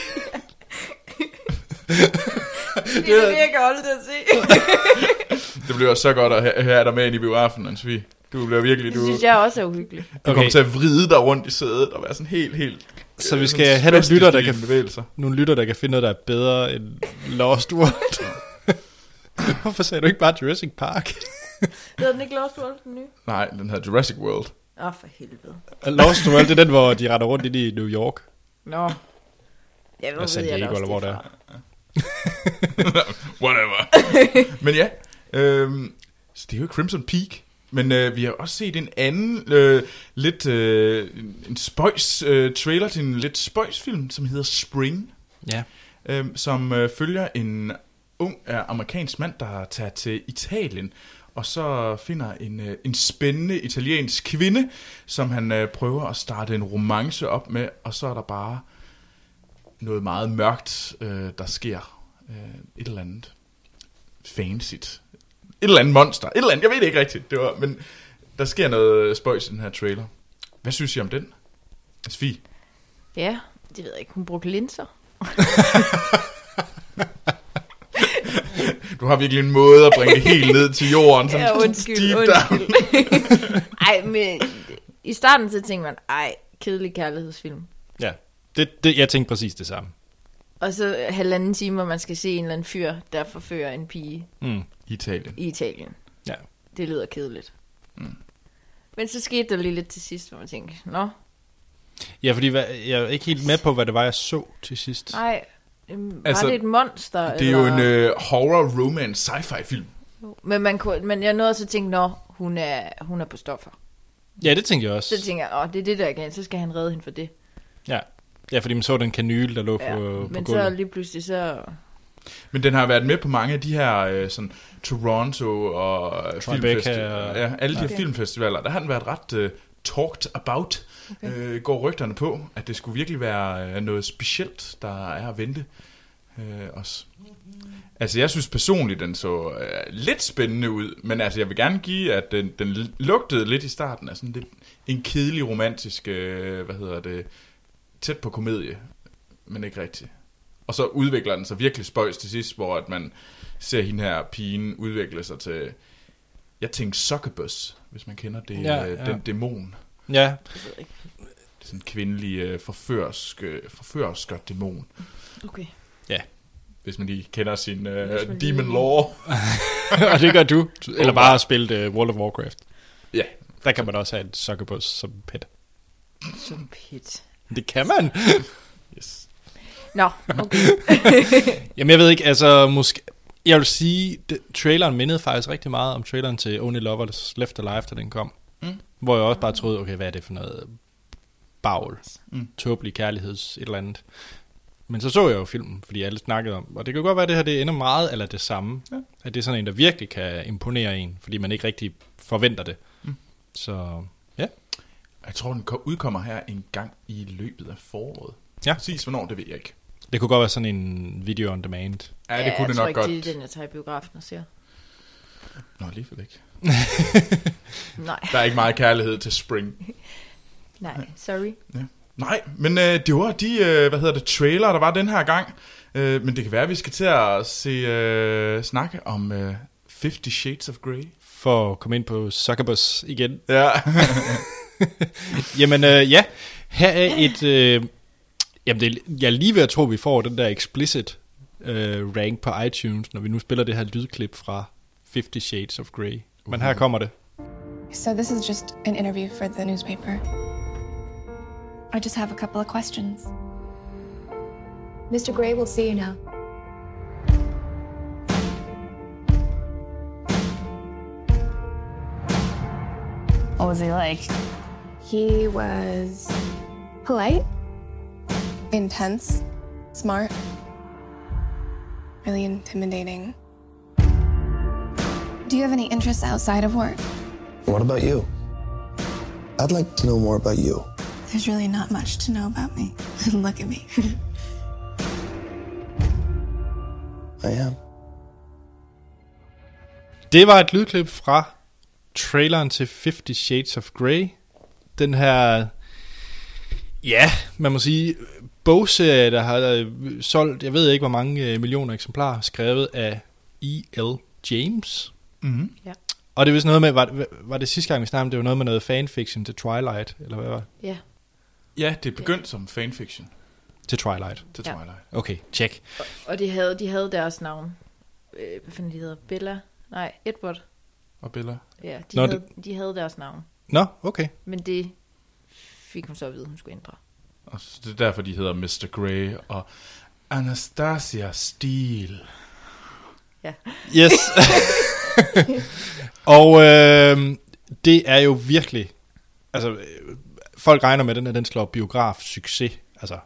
Det er det, jeg kan holde til at se. Det bliver så godt at ha- have dig med ind i biografen, Ansvi. Du bliver virkelig, Det du, du synes jeg også er uhyggeligt. Okay. kommer til at vride dig rundt i sædet og være sådan helt, helt... Så øh, vi sådan skal have nogle lytter, der kan, spastisk i dine bevægelser. nogle lytter, der kan finde noget, der er bedre end Lost World. Hvorfor sagde du ikke bare Jurassic Park? Hedder den ikke Lost World, den nye? Nej, den hedder Jurassic World. Åh, oh, for helvede. Lost World, det er den, hvor de retter rundt ind i New York. Nå. Jeg ved, Og San ved jeg da Diego, også, eller hvor det er. fra. Whatever. men ja, øhm, så det er jo Crimson Peak. Men øh, vi har også set en anden, øh, lidt øh, en- en spøjs øh, trailer til en lidt spøjs film, som hedder Spring, Ja. øh, som øh, følger en ung øh, amerikansk mand, der tager til Italien, og så finder en, øh, en spændende italiensk kvinde, som han øh, prøver at starte en romance op med, og så er der bare noget meget mørkt, øh, der sker. Øh, et eller andet fancigt. Et eller andet monster. Et eller andet, jeg ved det ikke rigtigt. Det var, men der sker noget spøjs i den her trailer. Hvad synes I om den? Altså, Svi? Ja, det ved jeg ikke. Hun brugte linser. Du har virkelig en måde at bringe det helt ned til jorden. Ja, undskyld, deep down. undskyld. ej, men i starten så tænkte man, ej, kedelig kærlighedsfilm. ja. Det, det, jeg tænkte præcis det samme. Og så halvanden time, hvor man skal se en eller anden fyr, der forfører en pige Mm. Italien. i Italien. Ja. Det lyder kedeligt. Mm. Men så skete der lige lidt til sidst, hvor man tænkte, nå, Ja, fordi hvad, jeg er ikke helt med på, hvad det var, jeg så til sidst. nej, øhm, var Altså, altså, det et monster? Det er jo eller? en øh, horror, romance, sci-fi film. Men, man kunne, men jeg nåede også at tænke, nå, hun er, hun er på stoffer. Ja, det tænkte jeg også. Så tænker jeg, åh, det er det der igen, så skal han redde hende for det. Ja. ja, fordi man så den kanyle, der lå ja. Ja. på, på men så gulvet. lige pludselig, så... Men den har været med på mange af de her øh, sådan, Toronto og Tribeca filmfestivaler. og- Ja, alle de her Ja. filmfestivaler. Der har den været ret øh, talked about, okay. øh, går rygterne på, at det skulle virkelig være øh, noget specielt, der er at vente øh, os. Altså, jeg synes personligt, den så øh, lidt spændende ud, men altså, jeg vil gerne give, at den, den lugtede lidt i starten af sådan lidt en kedelig romantisk, øh, hvad hedder det, tæt på komedie, men ikke rigtigt. Og så udvikler den sig virkelig spøjs til sidst, hvor at man ser hende her pigen udvikle sig til, jeg tænkte Succubus, hvis man kender det, Ja, ja, ja. ja. den dæmon. Ja, Jeg ved ikke. Det er sådan en kvindelig øh, forførske, forførsker dæmon, Okay. hvis man lige kender sin Hvis man øh, lige- demon lore. og det gør du. Eller bare spille uh, World of Warcraft. Ja, Der kan man også have en succubus som pet. Som pit. Det kan man. yes. Nå, okay. Jamen jeg ved ikke, altså måske... Jeg vil sige, det, traileren mindede faktisk rigtig meget om traileren til Only Lovers Left Alive, da den kom. Mm. Hvor jeg også bare troede, okay, hvad er det for noget bagl? Mm. Mm. Tåbelig kærligheds, et eller andet. Men så så jeg jo filmen, fordi alle snakkede om, og det kan godt være, at det her det ender meget eller det samme. Ja. Ja. At det er sådan en, der virkelig kan imponere en, fordi man ikke rigtig forventer det. Mm. Så Jeg tror, den ko- udkommer her en gang i løbet af foråret. Ja. Præcis hvornår, det ved jeg ikke. det kunne godt være sådan en video on demand. Ja, det kunne jeg det tror nok ikke, godt. det er den, jeg tager i biografen og ser. Nå, alligevel ikke. Nej, Der er ikke meget kærlighed til spring. nej, sorry. Nej, men øh, det var de, øh, hvad hedder det, trailer, der var den her gang. Øh, men det kan være, at vi skal til at se, øh, snakke om øh, 50 Shades of Grey. For at komme ind på Zuckerbus igen. Ja. Jamen øh, ja, her er et... Øh, jamen, det, er- jeg er lige ved at tro, vi får den der explicit øh, rank på iTunes, når vi nu spiller det her lydklip fra 50 Shades of Grey. Men her kommer det. So, this is just an interview for the newspaper. I just have a couple of questions. Mr. Gray will see you now. What was he like? He was polite. Intense, smart, really intimidating. Do you have any interests outside of work? What about you? I'd like to know more about you. There's really not much to know about me. Look at me. I am. Det var et lydklip fra traileren til 50 Shades of Grey. Den her, ja, man må sige, bogserie, der har øh, solgt, jeg ved ikke hvor mange øh, millioner eksemplarer, skrevet af E.L. James. mm-hmm. Og det er vist noget med, var, var det sidste gang, vi snakkede om, det var noget med noget fanfiction til Twilight, eller hvad var det? Ja, Ja, det er begyndt som fanfiction Til Twilight. til Ja. Twilight. Okay, check. og de havde, de havde deres navn. Øh, hvad fanden de hedder? Bella? Nej, Edward. Og Bella. Ja, de, Nå, havde, de havde deres navn. Nå, okay. Men det fik hun så at vide, hun skulle ændre. Og så det er derfor, de hedder Mr. Grey og Anastasia Steele. Yes. og øh, det er jo virkelig, altså øh, folk regner med, at den, her, den slår biograf succes, altså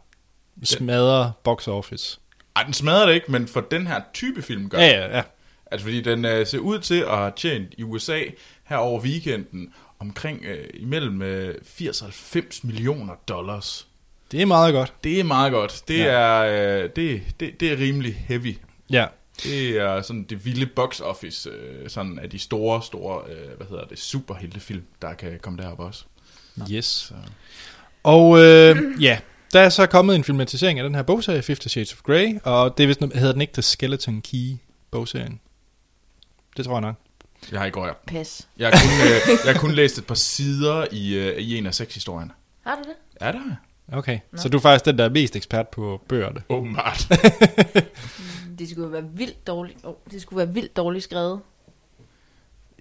smadrer box office. Ej, den smadrer det ikke, men for den her type film gør Ja, ja, ja. Altså fordi den øh, ser ud til at have tjent i USA her over weekenden omkring øh, imellem øh, 80 og 90 millioner dollars. Det er meget godt. Det er meget godt. Det, Ja. ja. er, øh, det, det, det er rimelig heavy. Ja. Det er sådan det vilde box office øh, sådan af de store, store, øh, hvad hedder det, superheltefilm, der kan komme derop også. Yes. Så. Og øh, ja, der er så kommet en filmatisering af den her bogserie, 50 Shades of Grey, og det er vist, noget- hedder den ikke The Skeleton Key, bogserien? Det tror jeg nok. Jeg har ikke rørt. Pas. Jeg har kun, øh, jeg har kun læst et par sider i, øh, i en af seks historierne. Har du det? Er der? Okay, så du er faktisk den, der er mest ekspert på bøgerne. Åbenbart. Det skulle være vildt dårligt. Oh, det skulle være vildt dårligt skrevet.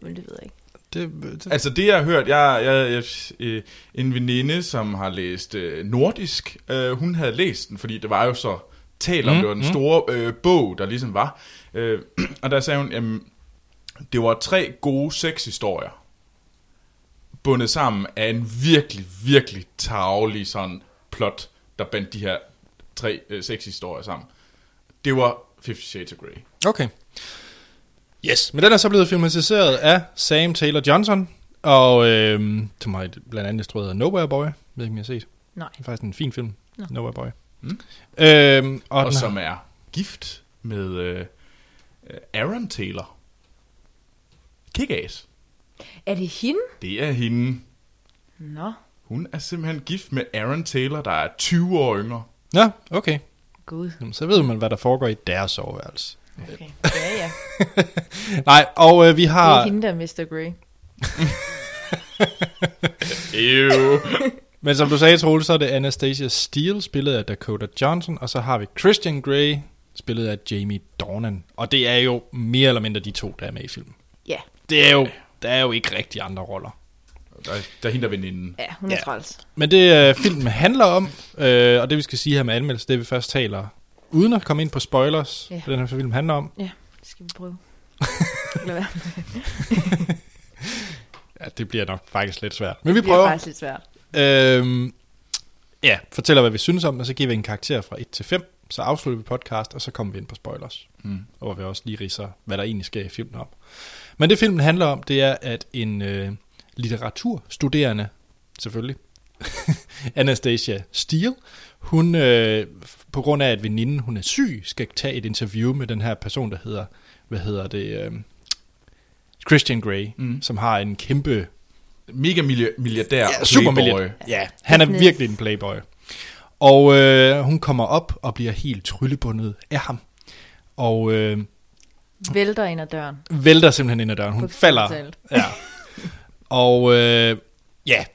Men det ved jeg ikke. Det, det, Altså det jeg har hørt, jeg, jeg, jeg øh, en veninde som har læst øh, nordisk, øh, hun havde læst den, fordi det var jo så tale om Mm, mm, det var den mm. store øh, bog der ligesom var. Øh, og der sagde hun, jamen, det var tre gode sexhistorier bundet sammen af en virkelig virkelig tavlig sådan plot der bandt de her tre øh, sexhistorier sammen. Det var Fifty Shades of Grey. okay. Yes, men den er så blevet filmatiseret af Sam Taylor Johnson, Og øh, som har et- blandt andet instrueret af Nowhere Boy. Jeg ved ikke, om I har set. Nej. Det er faktisk en fin film. Nå. Nowhere Boy. Mm. Øhm, og, Og den som er gift med øh, øh, Aaron Taylor. Kick-ass. Er det hende? Det er hende. Nå, Hun er simpelthen gift med Aaron Taylor, der er 20 år yngre. har... Nå, okay. gud. Jamen, så ved man, hvad der foregår i deres soveværelse. Okay. Ja, ja. Nej, og øh, vi Det er har... hende, der er Mr. Grey. Ew. Men som du sagde, Troel, så er det Anastasia Steele, spillet af Dakota Johnson, og så har vi Christian Grey, spillet af Jamie Dornan. Og det er jo mere eller mindre de to, der er med i filmen. Ja, Det er jo, der er jo ikke rigtig andre roller. der, er- der er hende, der er veninden. ja hun er Ja. træls. Men det øh, filmen handler om, øh, og det vi skal sige her med anmeldelse, det vi først taler, uden at komme ind på spoilers, Ja. yeah. den her film handler om. Det skal vi prøve. Lad være. Ja, det bliver nok faktisk lidt svært. Men vi Det er prøver. faktisk lidt svært. Øhm, ja, fortæller hvad vi synes om den, og så giver vi en karakter fra 1 til 5, så afslutter vi podcast, og så kommer vi ind på spoilers. Mm. Og hvor vi også lige ridser, hvad der egentlig sker i filmen om. Men det filmen handler om, det er, at en øh, litteraturstuderende, selvfølgelig, Anastasia Steele, hun, øh, på grund af, at veninden hun er syg, skal tage et interview med den her person, der hedder, hvad hedder det, øh, Christian Grey, mm. Mm. som har en kæmpe Mega mili- milliardær. ja, super playboy. Ja, han er Business. virkelig en playboy. Og øh, hun kommer op og bliver helt tryllebundet af ham. Og øh, Vælter ind ad døren. vælter simpelthen ind ad døren. Hun falder. Bogstaveligt talt. Ja. Og øh, ja,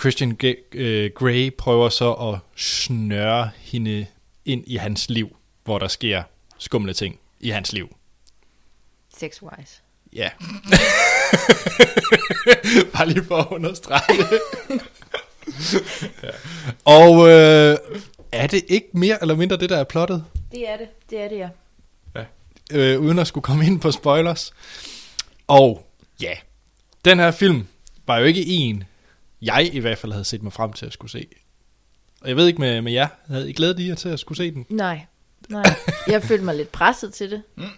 Christian G- øh, Grey prøver så at snøre hende ind i hans liv, hvor der sker skumle ting i hans liv. Sex-wise. Ja. Bare lige for at understrege det. Og øh, er det ikke mere eller mindre det, der er plottet? Det er det. Det er det, ja. Øh, uden at skulle komme ind på spoilers. Og ja, den her film var jo ikke en, jeg i hvert fald havde set mig frem til at skulle se. Og jeg ved ikke med, med jer, havde I glædet jer til at skulle se den? Nej, nej. Jeg følte mig lidt presset til det.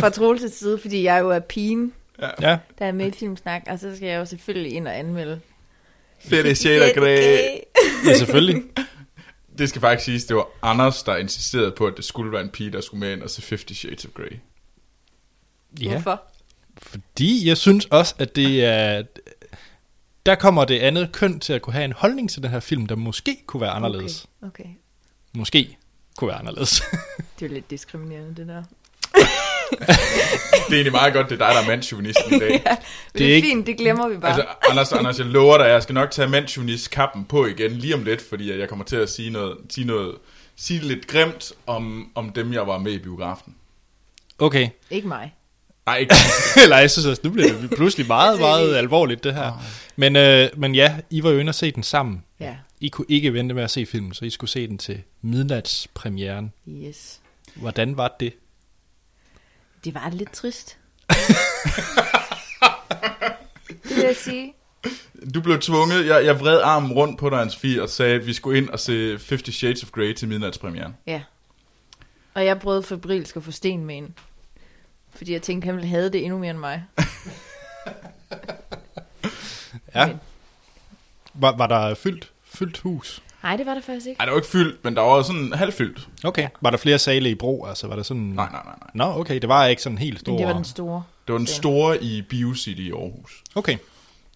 Fra Troels' side, fordi jeg jo er pigen, Ja. der er med i Filmsnak, og så skal jeg jo selvfølgelig ind og anmelde. Fedt, det sjæl og græ. ja, selvfølgelig. Det skal faktisk siges, det var Anders, der insisterede på, at det skulle være en pige, der skulle med ind og se 50 Shades of Grey. Ja. Hvorfor? Fordi jeg synes også, at det er... Der kommer det andet køn til at kunne have en holdning til den her film, der måske kunne være anderledes. Okay. Okay. okay. Måske kunne være anderledes. Det er jo lidt diskriminerende, det der. Det er egentlig meget godt, det er dig, der er mandsjuvenisten i dag. Det er, det er ikke- ikke... fint, det glemmer vi bare. Altså, Altså... Anders, Anders, jeg lover dig, jeg skal nok tage mandsjuvenist-kappen på igen lige om lidt, fordi jeg kommer til at sige noget, sige noget sige lidt grimt om, om dem, jeg var med i biografen. Okay. Ikke mig. Nej, ikke. Eller jeg synes også, nu bliver det pludselig meget, meget alvorligt, det her. Men, øh, men ja, I var jo inde og se den sammen. Ja. I kunne ikke vente med at se filmen, så I skulle se den til midnatspremieren. Yes. Hvordan var det? Det var lidt trist. det vil jeg sige. Du blev tvunget, jeg, jeg vred armen rundt på dig, Hans Fie, og sagde, at vi skulle ind og se 50 Shades of Grey til midnatspremieren. Ja. Og jeg prøvede febrilsk at få sten med ind. Fordi jeg tænkte, han ville have det endnu mere end mig. Ja. Var, var der fyldt, fyldt hus? Nej, det var det faktisk ikke. Ej, det var ikke fyldt, men der var sådan halvfyldt. Okay. Ja. Var der flere sale i bro? Altså, var der sådan... Nej, nej, nej, nej. Nå, okay, det var ikke sådan helt stor. Men det var den store. Det var den store i BioCity i Aarhus. Okay,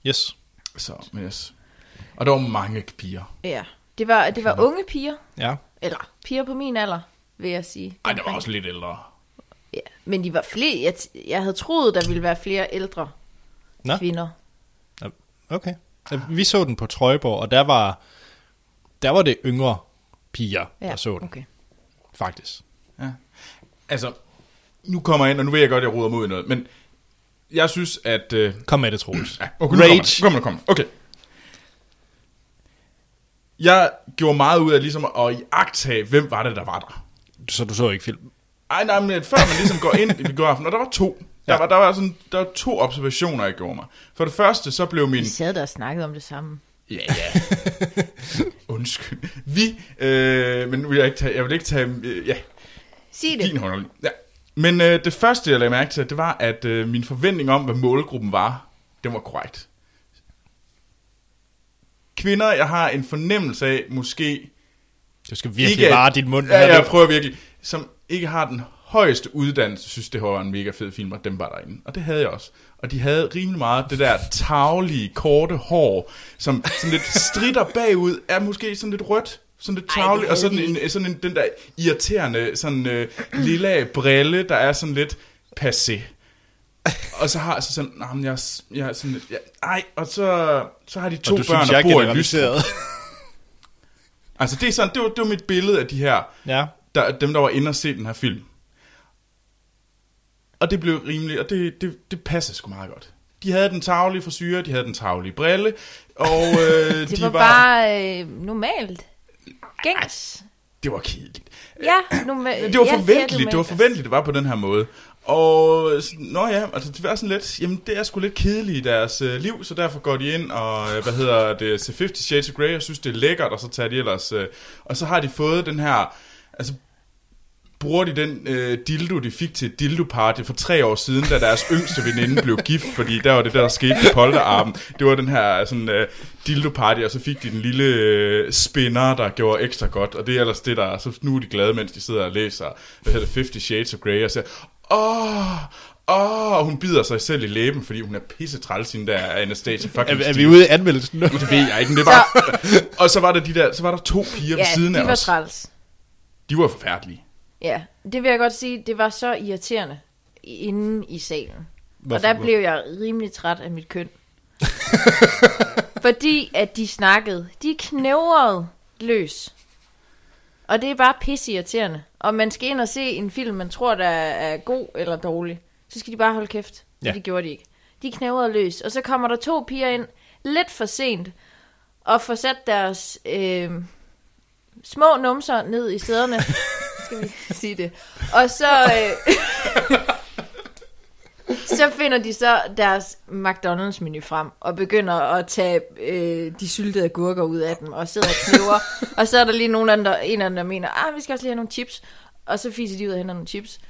yes. Så, men yes. Og der var mange piger. Ja. Det var, det var unge piger. Ja, Eller piger på min alder, vil jeg sige. Ej, der var også lidt ældre. Ja. Men de var flere. Jeg, t- jeg havde troet, der ville være flere ældre Ah. Nå. kvinder. okay. Vi så den på Trøjborg, og der var, der var det yngre piger, ja. der så den, okay. okay. faktisk. Altså, nu kommer jeg ind, og nu ved jeg godt, at jeg roder mod noget, men jeg synes, at... Øh, Kom med det, Troels. ja, okay, nu Rage. Kommer, det, kommer, det, kommer. det. Okay. Jeg gjorde meget ud af ligesom at iagtage, hvem var det, der var der. Så du så ikke film? Ej, nej, men før man ligesom går ind i biografen, og der var to. Der, Ja. ja. var, der, var sådan, der var to observationer, jeg gjorde mig. For det første, så blev min... Vi sad der og snakkede om det samme. Ja, ja. Undskyld. Vi, øh, men nu vil jeg ikke tage... Jeg vil ikke tage... Øh, ja, Sig det. Din underlig. Ja. Men øh, det første, jeg lagde mærke til, det var, at øh, min forventning om, hvad målgruppen var, Den var korrekt. Kvinder, jeg har en fornemmelse af, måske Du skal virkelig ikke er- vare din mund. Ja, her jeg nu. prøver virkelig. Som ikke har den højeste uddannelse, synes det her var en mega fed film, og dem var derinde. Og det havde jeg også. Og de havde rimelig meget det der taglige, korte hår, som sådan lidt strider bagud, er måske sådan lidt rødt, sådan lidt tagligt, og sådan, en, sådan en, den der irriterende, sådan øh, lilla brille, der er sådan lidt passé. Og så har så sådan, nah, men jeg, er- jeg er sådan lidt, jeg, ej, og så, så har de to og du børn, synes, jeg der bor i er Lystrup. generaliseret. Altså det er sådan, det var, det var mit billede af de her Ja. der, dem, der var inde og se den her film. Og det blev rimeligt, og det, det, det passede sgu meget godt. De havde den tavlige forsyre, de havde den tavlige brille, og øh, Det de var, var... bare øh, normalt. Gængs. Det var kedeligt. Ja, norma- Det var ja, forventeligt, normalt. det var forventeligt, det var på den her måde. Og, sådan, nå ja, altså det var sådan lidt, jamen det er sgu lidt kedeligt i deres øh, liv, så derfor går de ind og, øh, hvad hedder det, ser 50 Shades of Grey og synes det er lækkert, og så tager de ellers, øh, og så har de fået den her, altså bruger de den øh, dildo, de fik til et dildo-party for tre år siden, da deres yngste veninde blev gift, fordi der var det der, der skete i polterarmen. Det var den her sådan, øh, dildo-party, og så fik de den lille øh, spinner, der gjorde ekstra godt, og det er ellers det, der så nu er de glade, mens de sidder og læser, hvad hedder det, 50 Shades of Grey, og siger, åh, åh, og hun bider sig selv i læben, fordi hun er pisse træls, hende der Anastasia fucking er, er vi Steele. ude i anmeldelsen nu? Det ved jeg ikke, men det var... og så var der de der, så var der to piger Ja, ved siden de af var os. træls. De var forfærdelige. Ja, det vil jeg godt sige, det var så irriterende inde i salen. Hvorfor- Hvorfor? Og der blev jeg rimelig træt af mit køn. Fordi at de snakkede, de knævrede løs. Og det er bare pisseirriterende. Og man skal ind og se en film, man tror, der er god eller dårlig. Så skal de bare holde kæft. Ja. Ja. Og det gjorde de ikke. De knævrede løs. Og så kommer der to piger ind, lidt for sent, og får sat deres øh, små numser ned i sæderne. skal vi sige det. Og så... Øh, så finder de så deres McDonald's-menu frem, og begynder at tage øh, de syltede agurker ud af dem, og sidder og knæver. og så er der lige nogen af dem, der, en af dem, der mener, ah, vi skal også lige have nogle chips. Og så fiser de ud og henter nogle chips.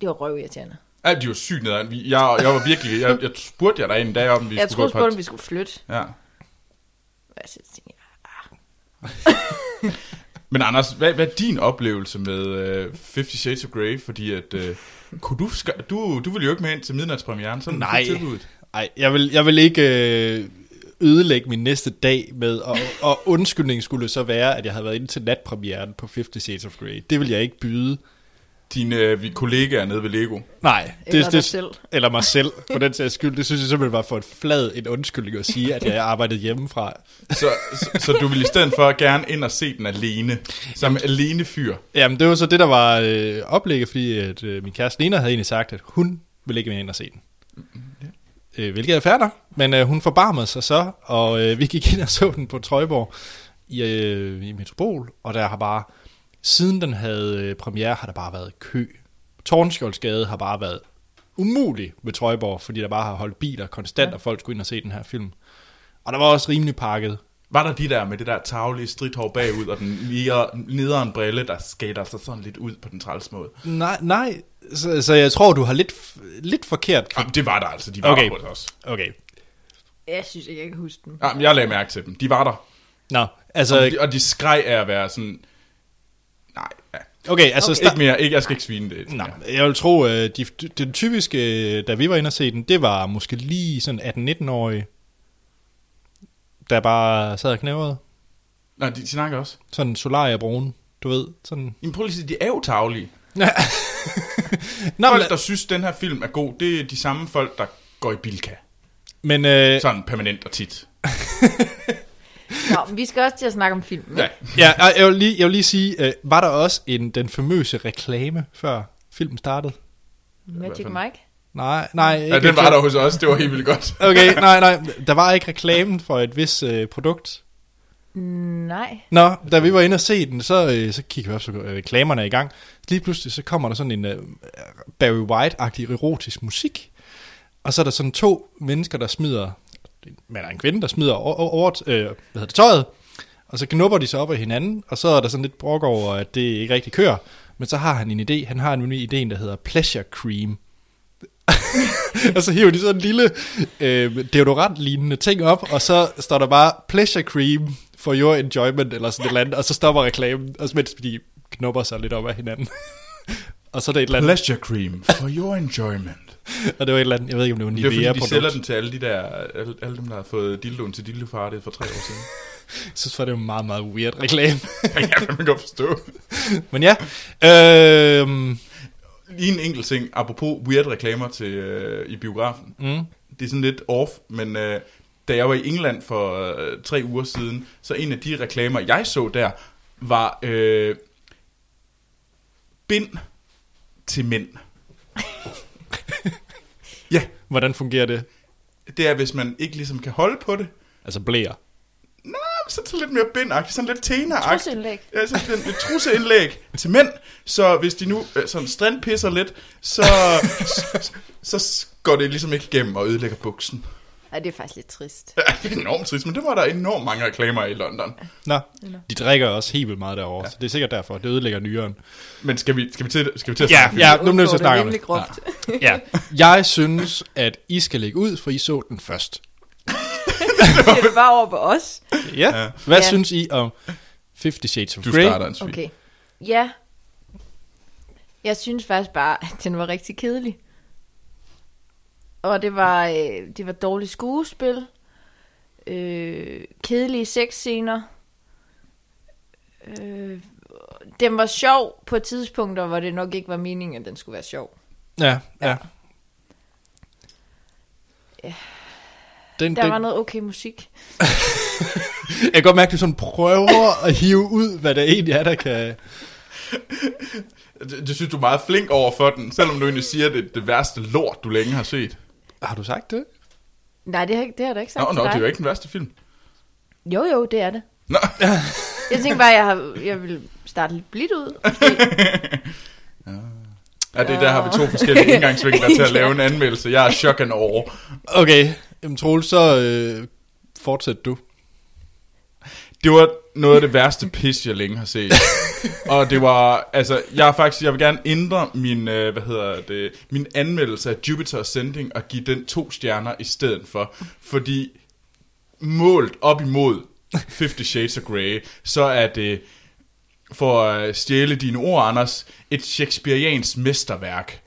Det var røvirriterende. Ej, de var sygt nederen. Vi- Jeg, jeg var virkelig... Jeg, jeg spurgte jer derinde en dag om, vi Jeg skulle troede gå på... spurgte, vi skulle flytte. Ja. Og så tænkte jeg, Men Anders, hvad, hvad er din oplevelse med uh, 50 Shades of Grey? Fordi at... Uh, kunne du, ska- du, du ville jo ikke med ind til midnatspremieren, sådan Nej. Tilbuddet. Ej, jeg vil, jeg vil ikke øh, ødelægge min næste dag med, og, og undskyldningen skulle så være, at jeg havde været inde til natpremieren på 50 Shades of Grey. Det vil jeg ikke byde. Dine uh, kollegaer nede ved Lego. Nej. Eller dig selv. Eller mig selv, på den sags skyld. Det synes jeg simpelthen var for en flad en undskyldning at sige, at jeg arbejdede hjemmefra. Så, så, så du ville i stedet for gerne ind og se den alene. Som alene fyr. Jamen, det var så det, der var øh, oplægget, fordi at, øh, min kæreste Lena havde egentlig sagt, at hun ville ikke med ind og se den. Øh, hvilket er fair nok, men øh, hun forbarmede sig så, og øh, vi gik ind og så den på Trøjborg i, øh, i Metropol, og der har bare, siden den havde øh, premiere, har der bare været kø. Tornskjoldsgade har bare været umulig ved Trøjborg, fordi der bare har holdt biler konstant, ja. og folk skulle ind og se den her film. Og der var også rimelig pakket. Var der de der med det der tavlige stridthår bagud, og den mere, nederen brille, der skater sig sådan lidt ud på den træls måde? Nej, nej, så, så jeg tror, du har lidt, f- lidt forkert Jamen, det var der altså, de var Okay. okay. hos os. Ah, Okay. jeg synes ikke, jeg kan huske den. Ah, Jamen, jeg lagde mærke til dem. De var der. Nå, Og de, altså, og de skreg af at være sådan... Nej, ja. okay, altså, Ikke mere. Ikke, jeg skal ikke svine det. Nej, jeg vil tro, øh, de, den typiske, øh, da vi var inde og se den, det var måske lige sådan 18-19-årige, der bare sad og knævrede. Nej, de snakker også. Sådan solaria-brun, du ved. Sådan. Jamen prøv lige at sige, de er jo taglige. Nå, Folk, der synes, den her film er god, det er de samme folk, der går i Bilka. men, øh, Sådan permanent og tit. Nå, men vi skal også til at snakke om film. Ja. ja, ej, jeg, vil lige, jeg vil lige sige, øh, var der også en, den famøse reklame, før filmen startede? Magic fanden? Mike. Nej, nej. Ja, den var der hos os. Det var helt vildt godt. Okay, nej, nej. Der var ikke reklamen for et vis øh, produkt. Nej. Nå, da vi var inde og se den, så, øh, så kiggede vi op, så øh, reklamerne er i gang. Lige pludselig, så kommer der sådan en øh, Barry White-agtig erotisk musik. Og så er der sådan to mennesker, der smider, en mand og en kvinde, der smider over, over øh, hvad hedder det, tøjet. Og så knupper de sig op af hinanden, og så er der sådan lidt brok over, at det ikke rigtig kører. Men så har han en idé, han har en idé, der hedder Pleasure Cream. og så hiver de sådan en lille øh, deodorant-lignende ting op, og så står der bare pleasure cream for your enjoyment, eller sådan et eller andet, og så stopper reklamen, og så mens de knupper sig lidt op af hinanden. og så er det et eller andet, Pleasure cream for your enjoyment. og det var et eller andet, jeg ved ikke om det var en Det er fordi, de sælger Nivea-produkt. den til alle, de der, alle, alle dem, der har fået dildoen til dildofartet for tre år siden. Jeg synes for, det var en meget, meget weird reklame. Jeg kan fandme godt forstå. Men ja, øh, Lige en enkelt ting, apropos weird reklamer til, øh, i biografen. Mm. Det er sådan lidt off, men øh, da jeg var i England for øh, tre uger siden, så en af de reklamer, jeg så der, var øh, bind til mænd. ja, hvordan fungerer det? det er, hvis man ikke ligesom kan holde på det, Altså blæer. Nå, sådan, sådan lidt mere bindagtigt, sådan lidt teneragtigt. Trusseindlæg. Ja, sådan lidt, lidt trusseindlæg til mænd. Så hvis de nu øh, sådan strandpisser lidt, så, så, så går det ligesom ikke igennem og ødelægger buksen. Ej, det er faktisk lidt trist. Ja, det er enormt trist, men det var der enormt mange reklamer i London. Nå, de drikker også helt vildt meget derovre, ja. så det er sikkert derfor, det ødelægger nyeren. Men skal vi, skal vi til, skal vi til at Ja, snakke ja, film? nu er vi nødt til at snakke om det. rimelig groft. Ja. Jeg synes, at I skal lægge ud, for I så den først. Det er det bare over på os. Ja. ja. Hvad ja. Ja. synes I om 50 Shades of Du Grey? starter en svig. Okay. Ja. Jeg synes faktisk bare, at den var rigtig kedelig. Og det var, øh, det var dårligt skuespil. Øh, kedelige sexscener. Øh, den var sjov på tidspunkter, hvor det nok ikke var meningen, at den skulle være sjov. Ja, ja. Den, Der den, var noget okay musik. Jeg kan godt mærke, at du sådan prøver at hive ud, hvad der egentlig er, der kan... Det, det synes du er meget flink over for den, selvom du egentlig siger, at det er det værste lort, du længe har set. Har du sagt det? Nej, det har, ikke- det har jeg da ikke sagt Nå, til nå, det dig. er jo ikke den værste film. Jo, jo, det er det. Nå. Jeg tænkte bare, at jeg, har, jeg ville starte lidt blidt ud. Ja, det er der har vi to forskellige indgangsvinkler til at lave en anmeldelse. Jeg er chok and over. Okay, Jamen, Troels, så øh, fortsæt du. Det var noget af det værste pis, jeg længe har set. og det var, altså, jeg er faktisk, jeg vil gerne ændre min, øh, hvad hedder det, min anmeldelse af Jupiter Ascending og give den to stjerner i stedet for. Fordi målt op imod 50 Shades of Grey, så er det, øh, for at øh, stjæle dine ord, Anders, et shakespeariansk mesterværk,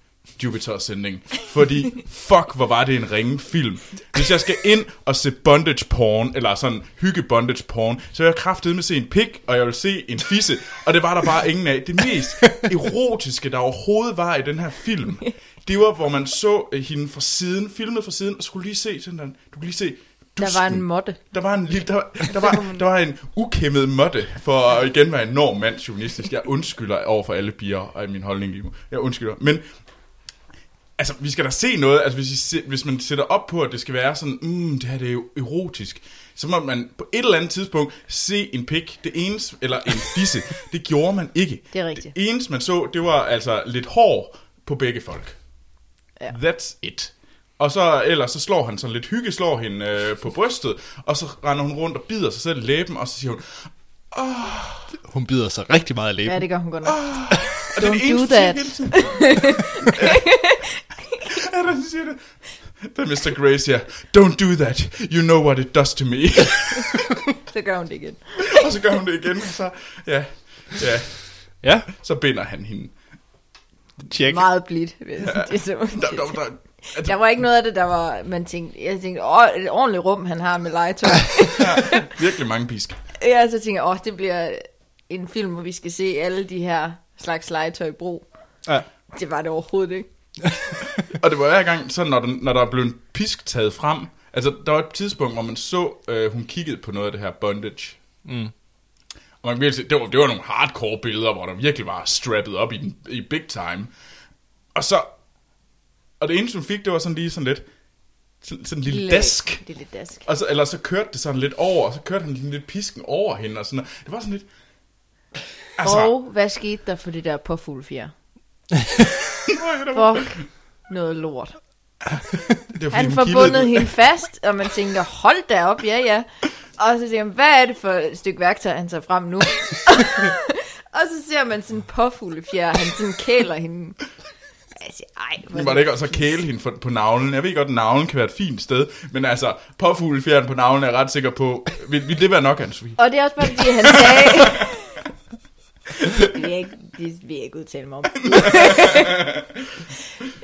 Jupiter Ascending. Fordi, fuck, hvor var det en ringe film. Hvis jeg skal ind og se bondage porn, eller sådan hygge bondage porn, så vil jeg kraftedeme se en pik, og jeg vil se en fisse. Og det var der bare ingen af. Det mest erotiske, der overhovedet var i den her film, det var, hvor man så øh, hende fra siden, filmet fra siden, og skulle lige se sådan der, du kunne lige se Der var en dusken. måtte. Der var en lille, der, der, var, der var en ukæmmet måtte, for at igen være enormt mandsjuvenistisk. Jeg undskylder over for alle bier og min holdning lige nu. Jeg undskylder. Men altså, vi skal da se noget. Altså, hvis, I se, hvis man sætter op på, at det skal være sådan, mm, det her det er jo erotisk, så må man på et eller andet tidspunkt se en pik, det eneste, eller en fisse. Det gjorde man ikke. Det er rigtigt. Det eneste, man så, det var altså lidt hår på begge folk. Ja. That's it. Og så ellers så slår han sådan lidt hygge, slår hende øh, på brystet, og så render hun rundt og bider sig selv i læben, og så siger hun, Hun bider sig rigtig meget af læben. Ja, det gør hun godt nok. og det er Don't det do eneste, that. du siger hele tiden. ja, der siger det. Da Mr. Grey siger, don't do that, you know what it does to me. Så gør hun det igen. og så gør hun det igen, og så, ja, ja, Ja, så binder han hende. tjek. Meget blidt. vil jeg sige. Det er så- Der, der, der, altså, Der var ikke noget af det, der var, man tænkte, jeg tænkte, åh, et ordentligt rum, han har med legetøj. virkelig mange pisker. ja, så tænkte jeg, åh, det bliver en film, hvor vi skal se alle de her slags legetøj i brug. Ja. Det var det overhovedet ikke. Og det var hver gang, så når, den, når der blev en pisk taget frem, altså der var et tidspunkt, hvor man så, øh, hun kiggede på noget af det her bondage. Mm. Og man kan virkelig se, det var, det var nogle hardcore billeder, hvor der virkelig var strappet op i, den, i big time. Og så, og det eneste hun fik, det var sådan lige sådan lidt, sådan, sådan en lille, lille dask. Lille dask. Og så, eller så kørte det sådan lidt over, og så kørte han lige lidt pisken over hende, og sådan noget. Det var sådan lidt... Altså, Og hvad skete der for det der påfuglefjer? oh, Fuck noget lort. det var, Han forbundet hende fast, og man tænker, hold da op, ja ja. Og så siger han, hvad er det for et stykke værktøj, han tager frem nu? og så ser man sådan en påfuglefjer, han sådan kæler hende. Jeg siger, ej, hvor Vi måtte ikke også kæle hende for, på navlen. Jeg ved godt, at navlen kan være et fint sted, men altså, påfuglefjeren på navlen er jeg ret sikker på. Vil, vil det være nok, Anne-Sophie? Og det er også bare, fordi han sagde... det, vil jeg ikke, det vil jeg ikke udtale mig om.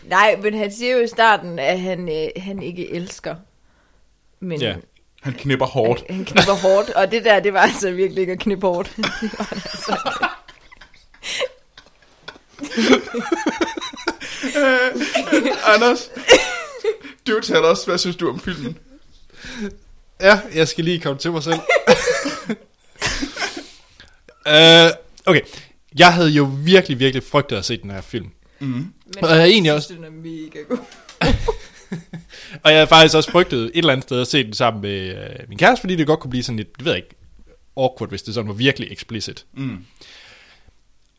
Nej, men han siger jo i starten, at han, øh, han ikke elsker. Men Ja. ja. Han knipper hårdt. han knipper hårdt, og det der, det var altså virkelig ikke at knippe hårdt. Anders, du tell os, hvad synes du om filmen? Ja, jeg skal lige komme til mig selv. øh, okay, jeg havde jo virkelig, virkelig frygtet at se den her film. Men Og jeg er egentlig også- synes, den er mega god. Og jeg havde faktisk også frygtet et eller andet sted at se den sammen med øh, min kæreste, fordi det godt kunne blive sådan lidt, det ved jeg ikke, awkward, hvis det sådan var virkelig explicit. Mm.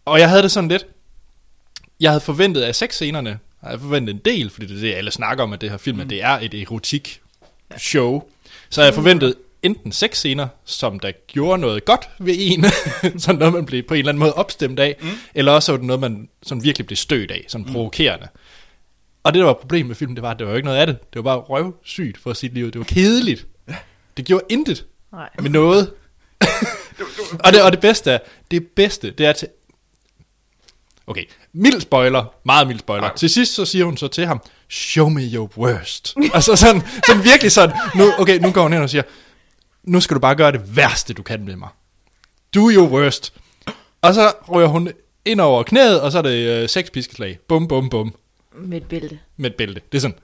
Og jeg havde det sådan lidt, jeg havde forventet af sexscenerne, jeg havde forventet en del, fordi det er det, alle snakker om, at det her film, mm. at det er et erotik show. Så jeg havde forventet enten seks scener, som der gjorde noget godt ved en, sådan noget, man blev på en eller anden måde opstemt af, mm. eller også var det noget, man sådan virkelig blev stødt af, sådan provokerende. Og det, der var problemet med filmen, det var, at det var jo ikke noget af det. Det var bare røvsygt for sit liv. Det var kedeligt. Det gjorde intet Nej. med noget. og, det, og det bedste er, det bedste, det er til... Okay, mild spoiler, meget mild spoiler. Til sidst så siger hun så til ham, show me your worst. altså sådan, sådan virkelig sådan, nu, okay, nu går hun hen og siger, nu skal du bare gøre det værste, du kan ved mig. Do your worst. Og så rører hun ind over knæet, og så er det øh, seks piskeslag. Bum, bum, bum Med et bælte. med et bælte. Det er sådan,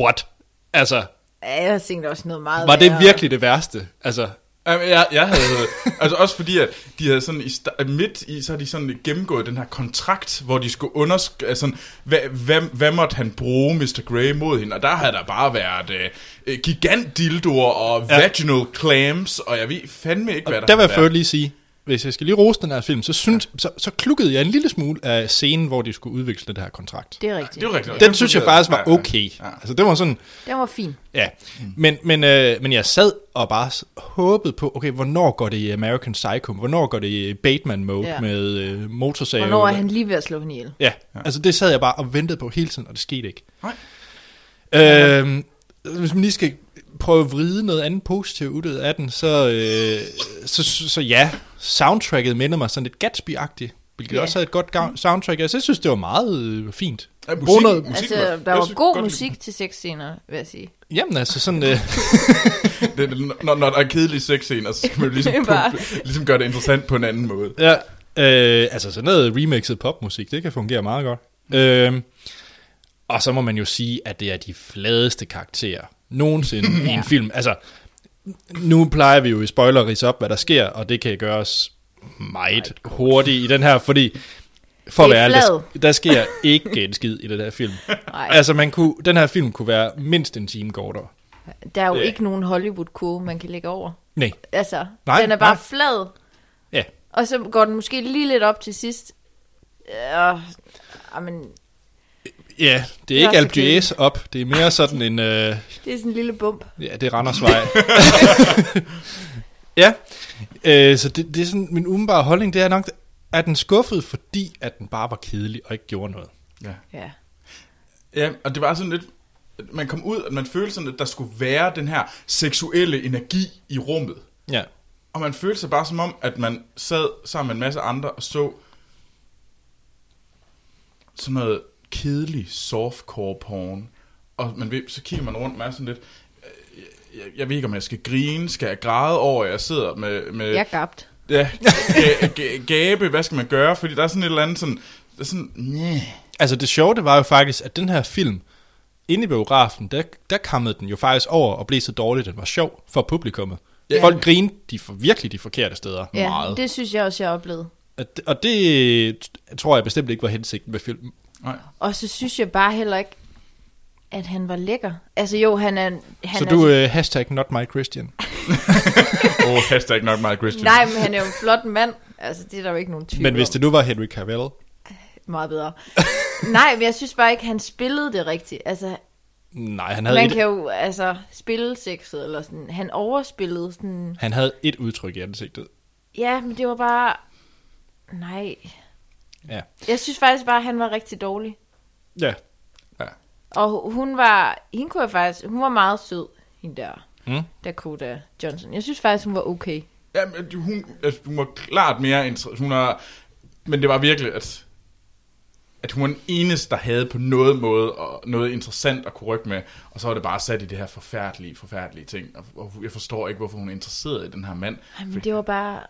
what? Altså, Ja, Jeg har tænkt også noget meget var det værre. virkelig det værste? Altså, Jamen, Jeg, jeg havde, altså også fordi, at de havde sådan i, sta- midt i, så har de sådan gennemgået den her kontrakt, hvor de skulle underskrive, altså, sådan, hvad, hvad, hvad måtte han bruge Mr. Grey mod hende? Og der havde der bare været øh, øh, gigantdildoer og Ja. ja. vaginal clams, og jeg ved fandme ikke, hvad der der vil har jeg først lige sige, hvis jeg skal lige rose den her film, så, synes, så, så klukkede jeg en lille smule af scenen, hvor de skulle udveksle det her kontrakt. Det er rigtigt. Det er jo rigtigt. Den synes jeg faktisk var Ja, ja. Mm. okay. Altså, det var sådan, Den var fin. ja. Men, men, øh, men jeg sad og bare s- håbede på, okay, hvornår går det i American Psycho? Hvornår går det i Bateman-mode Ja. med øh, motorsav? Hvornår er han lige ved at slå hende ihjel? Ja, altså det sad jeg bare og ventede på hele tiden, og det skete ikke. Nej. Øhm, hvis man lige skal prøve at vride noget andet positivt ud af den, så, øh, så, så, så ja, soundtracket minder mig sådan lidt Gatsby-agtigt, hvilket Ja. også havde et godt ga- soundtrack. Altså, jeg synes, det var meget øh, fint. Ja, musik, Bruge noget- musik Altså, var- der jeg var synes god godt, musik til sexscener, vil jeg sige. Jamen altså, sådan, øh, Det, det- når, når der er kedelige sexscener, så skal man jo ligesom, Det er bare- pumpe, ligesom gøre det interessant på en anden måde. ja, øh, altså sådan noget remixet popmusik, det kan fungere meget godt. Øhm, og så må man jo sige, at det er de fladeste karakterer nogensinde i en film. Altså, nu plejer vi jo i spoiler at ridse op, hvad der sker, og det kan gøres meget hurtigt i den her, fordi for at Det er være ærlig, der, flad. der sker ikke en skid i den her film. Nej. Altså, man kunne, den her film kunne være mindst en time kortere. Der er jo Ja. ikke nogen Hollywood-kurve, man kan lægge over. Nej, Altså, Nej, nej, den er nej. bare nej. flad, ja. og så går den måske lige lidt op til sidst. Øh, men Ja, det er Det er ikke også okay. Alpe op, det er mere sådan en... Øh, det er sådan en lille bump. Ja, det er Randersvej. ja, øh, så det, det er sådan, min umiddelbare holdning, det er nok, at den skuffede, fordi at den bare var kedelig og ikke gjorde noget. Ja. Ja, og det var sådan lidt, at man kom ud, og man følte sådan, at der skulle være den her seksuelle energi i rummet. Ja, Og man følte sig bare som om, at man sad sammen med en masse andre og så sådan noget kedelig softcore porn. Og man ved, så kigger man rundt, og man er sådan lidt, øh, jeg, jeg ved ikke, om jeg skal grine, skal jeg græde over, at jeg sidder med, med Jeg er gabt. ja, ga- ga- gabe, hvad skal man gøre? Fordi der er sådan et eller andet sådan, der er sådan, næh. altså det sjove, det var jo faktisk, at den her film, inde i biografen, der, der kammede den jo faktisk over og blev så dårlig, den var sjov for publikummet. Ja. Ja. Folk grinede de for virkelig de forkerte steder Ja, meget. det synes jeg også, jeg oplevede. Og det- Og det tror jeg bestemt ikke var hensigten med filmen. Nej. Og så synes jeg bare heller ikke, at han var lækker. Altså jo, han er... Han så er du, øh, hashtag not my Christian. Åh, oh, hashtag not my Christian. Nej, men han er jo en flot mand. Altså, det er der jo ikke nogen tvivl øh, Men hvis om. det nu var Henry Cavill, Meget bedre. Nej, men jeg synes bare ikke, han spillede det rigtigt. Altså, nej, han havde man et- kan jo altså, spille sexet, eller sådan. Han overspillede sådan... Han havde et udtryk i ansigtet. Ja, men det var bare... Nej. Ja. Jeg synes faktisk bare, at han var rigtig dårlig. Ja. Og hun var, hende kunne jeg faktisk, hun var meget sød, hende der, Mm. Dakota Johnson. Jeg synes faktisk, hun var okay. Ja, men hun, altså, hun var klart mere interessant. Hun er, men det var virkelig, at, at hun var den eneste, der havde på noget måde og noget interessant at kunne rykke med. Og så var det bare sat i det her forfærdelige, forfærdelige ting. Og, og jeg forstår ikke, hvorfor hun er interesseret i den her mand. Ej, men det var bare,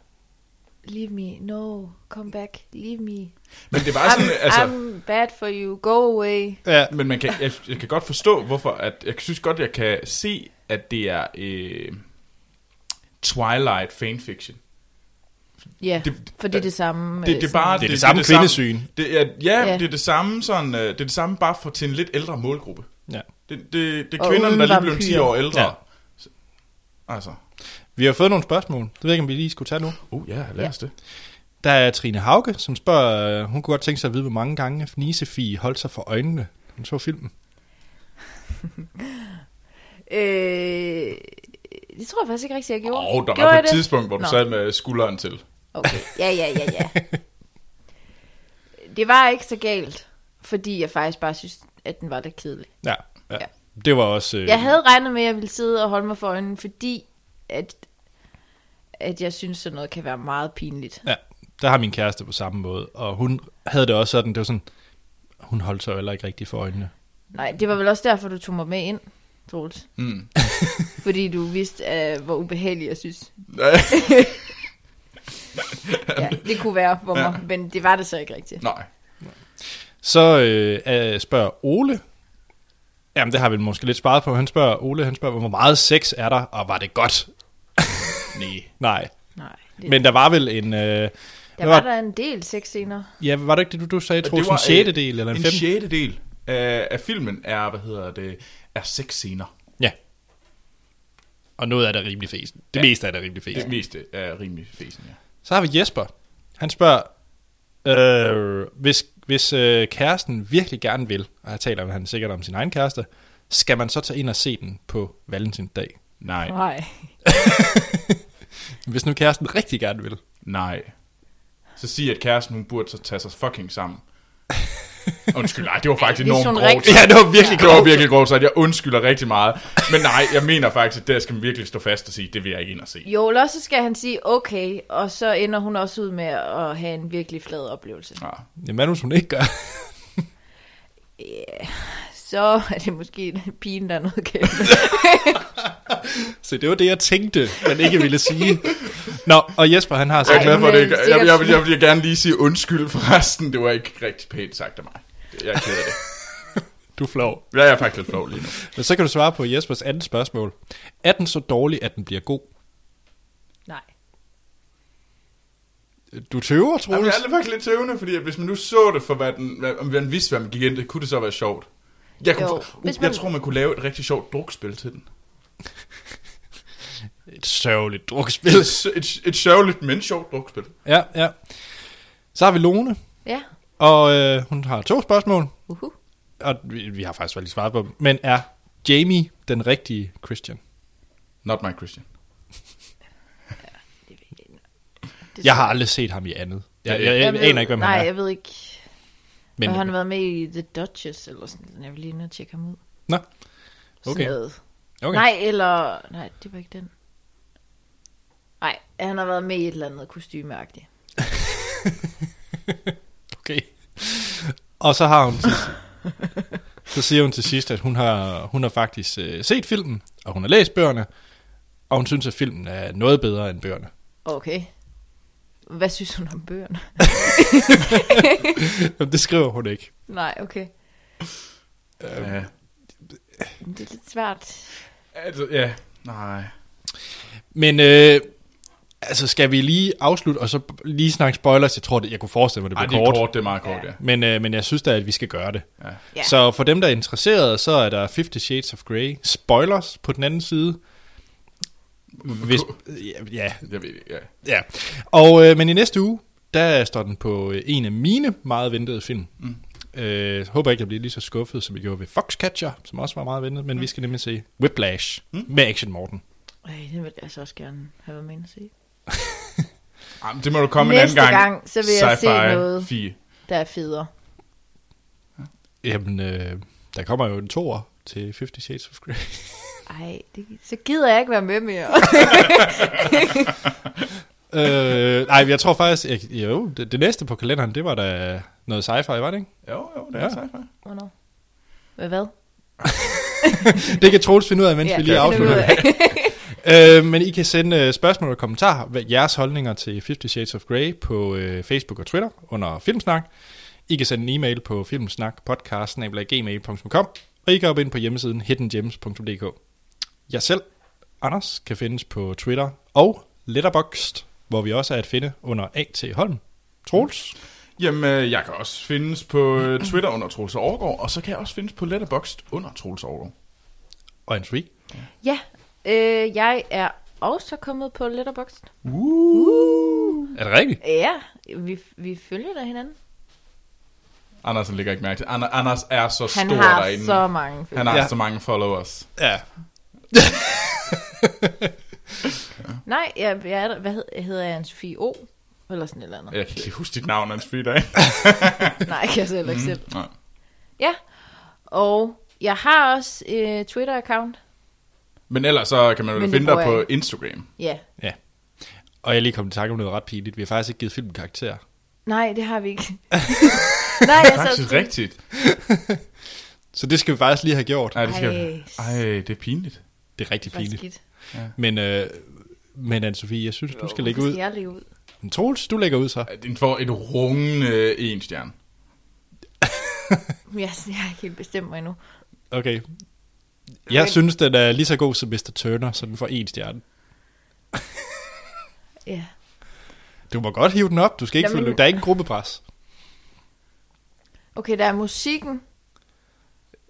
leave me, no, come back, leave me. Men det var sådan, I'm, altså... I'm bad for you, go away. Ja, Men man kan, jeg, jeg kan godt forstå, hvorfor... At, jeg synes godt, jeg kan se, at det er øh, Twilight fanfiction. Ja, Det- det, for det er det samme. Det, øh, det, er sådan- bare, det samme kvindesyn. Det er, ja, Ja. det er det samme, sådan, øh, det er det samme bare for, til en lidt ældre målgruppe. ja. Det, det, det er Og kvinderne, uden der lige blev vampyrer. 10 år ældre. Ja. Ja. Altså. Vi har fået nogle spørgsmål. Det ved jeg ikke, om vi lige skulle tage nu. Uh, ja, lad os det. Der er Trine Hauke, som spørger, øh, hun kunne godt tænke sig at vide, hvor mange gange Nisefie holdt sig for øjnene. Hun så filmen. Øh, det tror jeg faktisk ikke rigtig, jeg gjorde. Åh, oh, der gjorde var jeg på et tidspunkt, hvor du Nå. sad med skulderen til. Okay, ja, ja, ja, ja. det var ikke så galt, fordi jeg faktisk bare synes, at den var lidt kedelig. Ja, ja. Ja. Det var også... Øh, Jeg havde regnet med, at jeg ville sidde og holde mig for øjnene, fordi at, at jeg synes, sådan noget kan være meget pinligt. Ja, der har min kæreste på samme måde. Og hun havde det også sådan, det var sådan, hun holdt sig jo heller ikke rigtig for øjnene. Nej, det var vel også derfor, du tog mig med ind, Troels. Mm. Fordi du vidste, uh, hvor ubehagelig jeg synes. Ja, det kunne være for mig, ja. men det var det så ikke rigtigt. Nej. Så øh, øh, spørger Ole, jamen det har vi måske lidt sparet på, han spørger Ole, han spørger, hvor meget sex er der, og var det godt? Nej. Nej, Nej, det, men der var vel en... Øh, der hvad var der en del sexscener. Ja, var det ikke det, du, du sagde, Det Troels, var, en øh, sjette del eller en, En femte? sjette del af, af filmen er, hvad hedder det, er seks scener. Ja. Og noget af det er rimelig fesen. Det Ja. meste af det er rimelig fesen. Det meste er rimelig fesen, ja. Så har vi Jesper. Han spørger, øh, hvis, hvis øh, kæresten virkelig gerne vil, og her taler han sikkert om sin egen kæreste, skal man så tage ind og se den på valentinsdag? Nej, Nej. Hvis nu kæresten rigtig gerne vil. nej. Så sig, at kæresten, hun burde så tage sig fucking sammen. Undskyld, nej, det var faktisk Hvis enormt hun grovt. rigtig- Ja, det var virkelig Det var virkelig grovt, så jeg undskylder rigtig meget. Men nej, jeg mener faktisk, at der skal man virkelig stå fast og sige, det vil jeg ikke ind og se. Jo, eller også skal han sige okay, og så ender hun også ud med at have en virkelig flad oplevelse. Ja. Jamen, hvad nu, hvis hun ikke gør? Så er det måske pigen, der er noget galt. Så det var det, jeg tænkte, men ikke ville sige. Nå, og Jesper, han har så Jeg er Ej, glad for, at det men ikke... Jeg, sikkert- jeg, jeg, vil, jeg vil gerne lige sige undskyld for resten. Det var ikke rigtig pænt sagt af mig. Jeg er ked af det. du er flov. Jeg er faktisk lidt flov lige nu. Men så kan du svare på Jespers andet spørgsmål. Er den så dårlig, at den bliver god? Nej. Du tøver, Troels. Jamen, jeg er lidt faktisk lidt tøvende, fordi at hvis man nu så det for, hvad den, hvad, om man vidste, hvad man gik ind til, kunne det så være sjovt. Jeg, kunne, Jo, uh, hvis jeg man- tror, man kunne lave et rigtig sjovt drukspil til den. Et sørgeligt drukspil. Et, s- et, et sørgeligt, men sjovt drukspil. Ja, ja. Så har vi Lone, Ja, og øh, hun har to spørgsmål, uhu. og vi, vi har faktisk lige svaret på dem. Men er Jamie den rigtige Christian? Not my Christian. Det Jeg har aldrig set ham i andet. Jeg, jeg, jeg, aner ikke, hvem nej, han er. jeg ved ikke. Men Men, han har været med i The Duchess, eller sådan Jeg vil lige nu tjekke ham ud. Nå, Sådan Okay. noget. okay. Nej, eller... Nej, det var ikke den. Nej, han har været med i et eller andet kostymeagtigt. okay. Og så har hun til, så siger hun til sidst, at hun har, hun har faktisk øh, set filmen, og hun har læst bøgerne, og hun synes, at filmen er noget bedre end bøgerne. Okay. Hvad synes hun om bøgerne? Det skriver hun ikke. Nej, okay. Ja. Det er lidt svært. Altså, ja. Nej. Men øh, altså, skal vi lige afslutte, og så lige snakke spoilers? Jeg tror, det, jeg kunne forestille mig, det Ej, bliver det er kort. kort, det er meget kort, ja. Men, øh, men jeg synes da, at vi skal gøre det. ja. Ja. Så for dem, der er interesserede, så er der 50 Shades of Grey. Spoilers på den anden side. Hvis, ja, ja, Jeg ved det, ja. ja. Og, øh, men i næste uge, der står den på øh, en af mine meget ventede film. Mm. Øh, håber ikke, jeg bliver lige så skuffet, som vi gjorde ved Foxcatcher, som også var meget ventet. Men mm. vi skal nemlig se Whiplash mm. med Action Morten. Ej, det vil jeg så også gerne have været med inde at se. Jamen, det må du komme Næste en anden gang. gang, så vil jeg se Sci-fi noget. Fie. Der er federe. Jamen, øh, der kommer jo en toer til 50 Shades of Grey. Ej, det, så gider jeg ikke være med mere. øh, nej, men jeg tror faktisk, jeg, jo, det, det næste på kalenderen, det var da noget sci-fi, var det ikke? Jo, jo, det Ja. er ja. sci-fi. Hvornår? Hvad hvad? Det kan Troels finde ud af, mens ja, vi lige det finder vi afslutter ud det. af. Øh, men I kan sende øh, spørgsmål og kommentarer, hvad jeres holdninger til 50 Shades of Grey på øh, Facebook og Twitter under Filmsnak. I kan sende en e-mail på filmsnakpodcast.gmail.com og I kan op ind på hjemmesiden hiddengems.dk. Jeg selv, Anders, kan findes på Twitter og Letterboxd, hvor vi også er at finde under A.T. Holm. Troels? Jamen, øh, jeg kan også findes på øh, Twitter under Troels Overgaard, og så kan jeg også findes på Letterboxd under Troels Overgaard. Og en sweet. Ja, øh, jeg er også kommet på Letterboxd. Er det rigtigt? Ja, vi, vi følger da hinanden. Andersen ligger ikke mærke til. Ander, Anders er så Han stor har derinde. så mange følger. Han har Ja. ja. så mange followers. Ja. Nej, jeg, jeg er, der- hvad hed, hedder jeg? Anne-Sophie O? Eller sådan et eller andet. Jeg kan ikke lige huske dit navn, Hans Frida. ikke? Nej, jeg kan jeg så heller ikke selv. Nej. Ja, og jeg har også øh, Twitter-account. Men ellers så kan man Men vel det finde dig bruger på jeg Instagram. Ja. Og jeg er lige kommet i tanke om noget ret pinligt. Vi har faktisk ikke givet filmen karakter. Nej, det har vi ikke. Nej, jeg sad Faktisk rigtigt. Så det skal vi faktisk lige have gjort. Ej, det, skal... Ej. Ej, det er pinligt. Det er rigtig Det var pinligt. skidt. Men, øh, men Anne-Sophie, jeg synes, du skal lægge Det ud. Skal jeg lægge ud? Men Troels, du lægger ud så. Ej, Den får et rungende en stjerne. Jeg, jeg har ikke helt bestemt mig endnu. Okay. Jeg synes, den er lige så god som Mr. Turner, så den får en stjerne. Ja. Du må godt hive den op. Du skal ikke Jamen- følge. Der er ikke en gruppepres. Okay, der er musikken.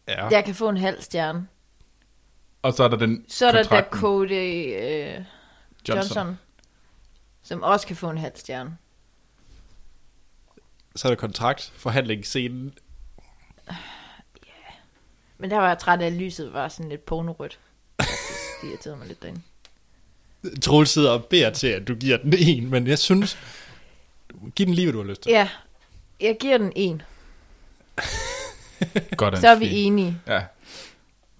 Ja. Jeg kan få en halv stjerne. Og så er der den Så er der kontrakten. Dakota øh, Johnson. Johnson, som også kan få en halv stjerne. Så er der kontrakt, forhandlingsscenen. Men der var jeg træt af, at lyset var sådan lidt pornorødt. Faktisk. Det irriterede mig lidt derinde. Troels sidder og beder til, at du giver den en, men jeg synes, giv den lige, hvad du har lyst til. Ja, jeg giver den en. Godt, Så er vi Anne-Sophie. enige. Ja.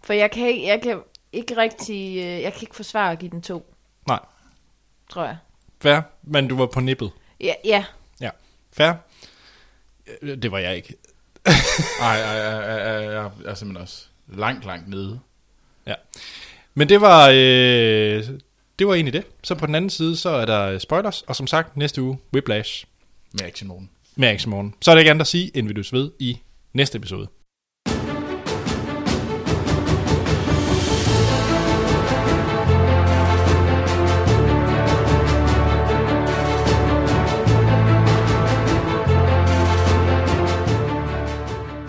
For jeg kan ikke, jeg kan ikke rigtig... øh, Jeg kan ikke forsvare at give den to, Nej, tror jeg. fair. Men du var på nippet. Ja, ja. Ja, fair. Øh, Det var jeg ikke. Ej, ej, ej, ej, ej, jeg er simpelthen også langt, langt nede. Ja. Men det var, øh, det var egentlig det. Så på den anden side, så er der øh, spoilers, og som sagt, næste uge, Whiplash med Action Morgen. med Action Morgen. Så er der ikke andet at sige, end vi lyttes ved i næste episode.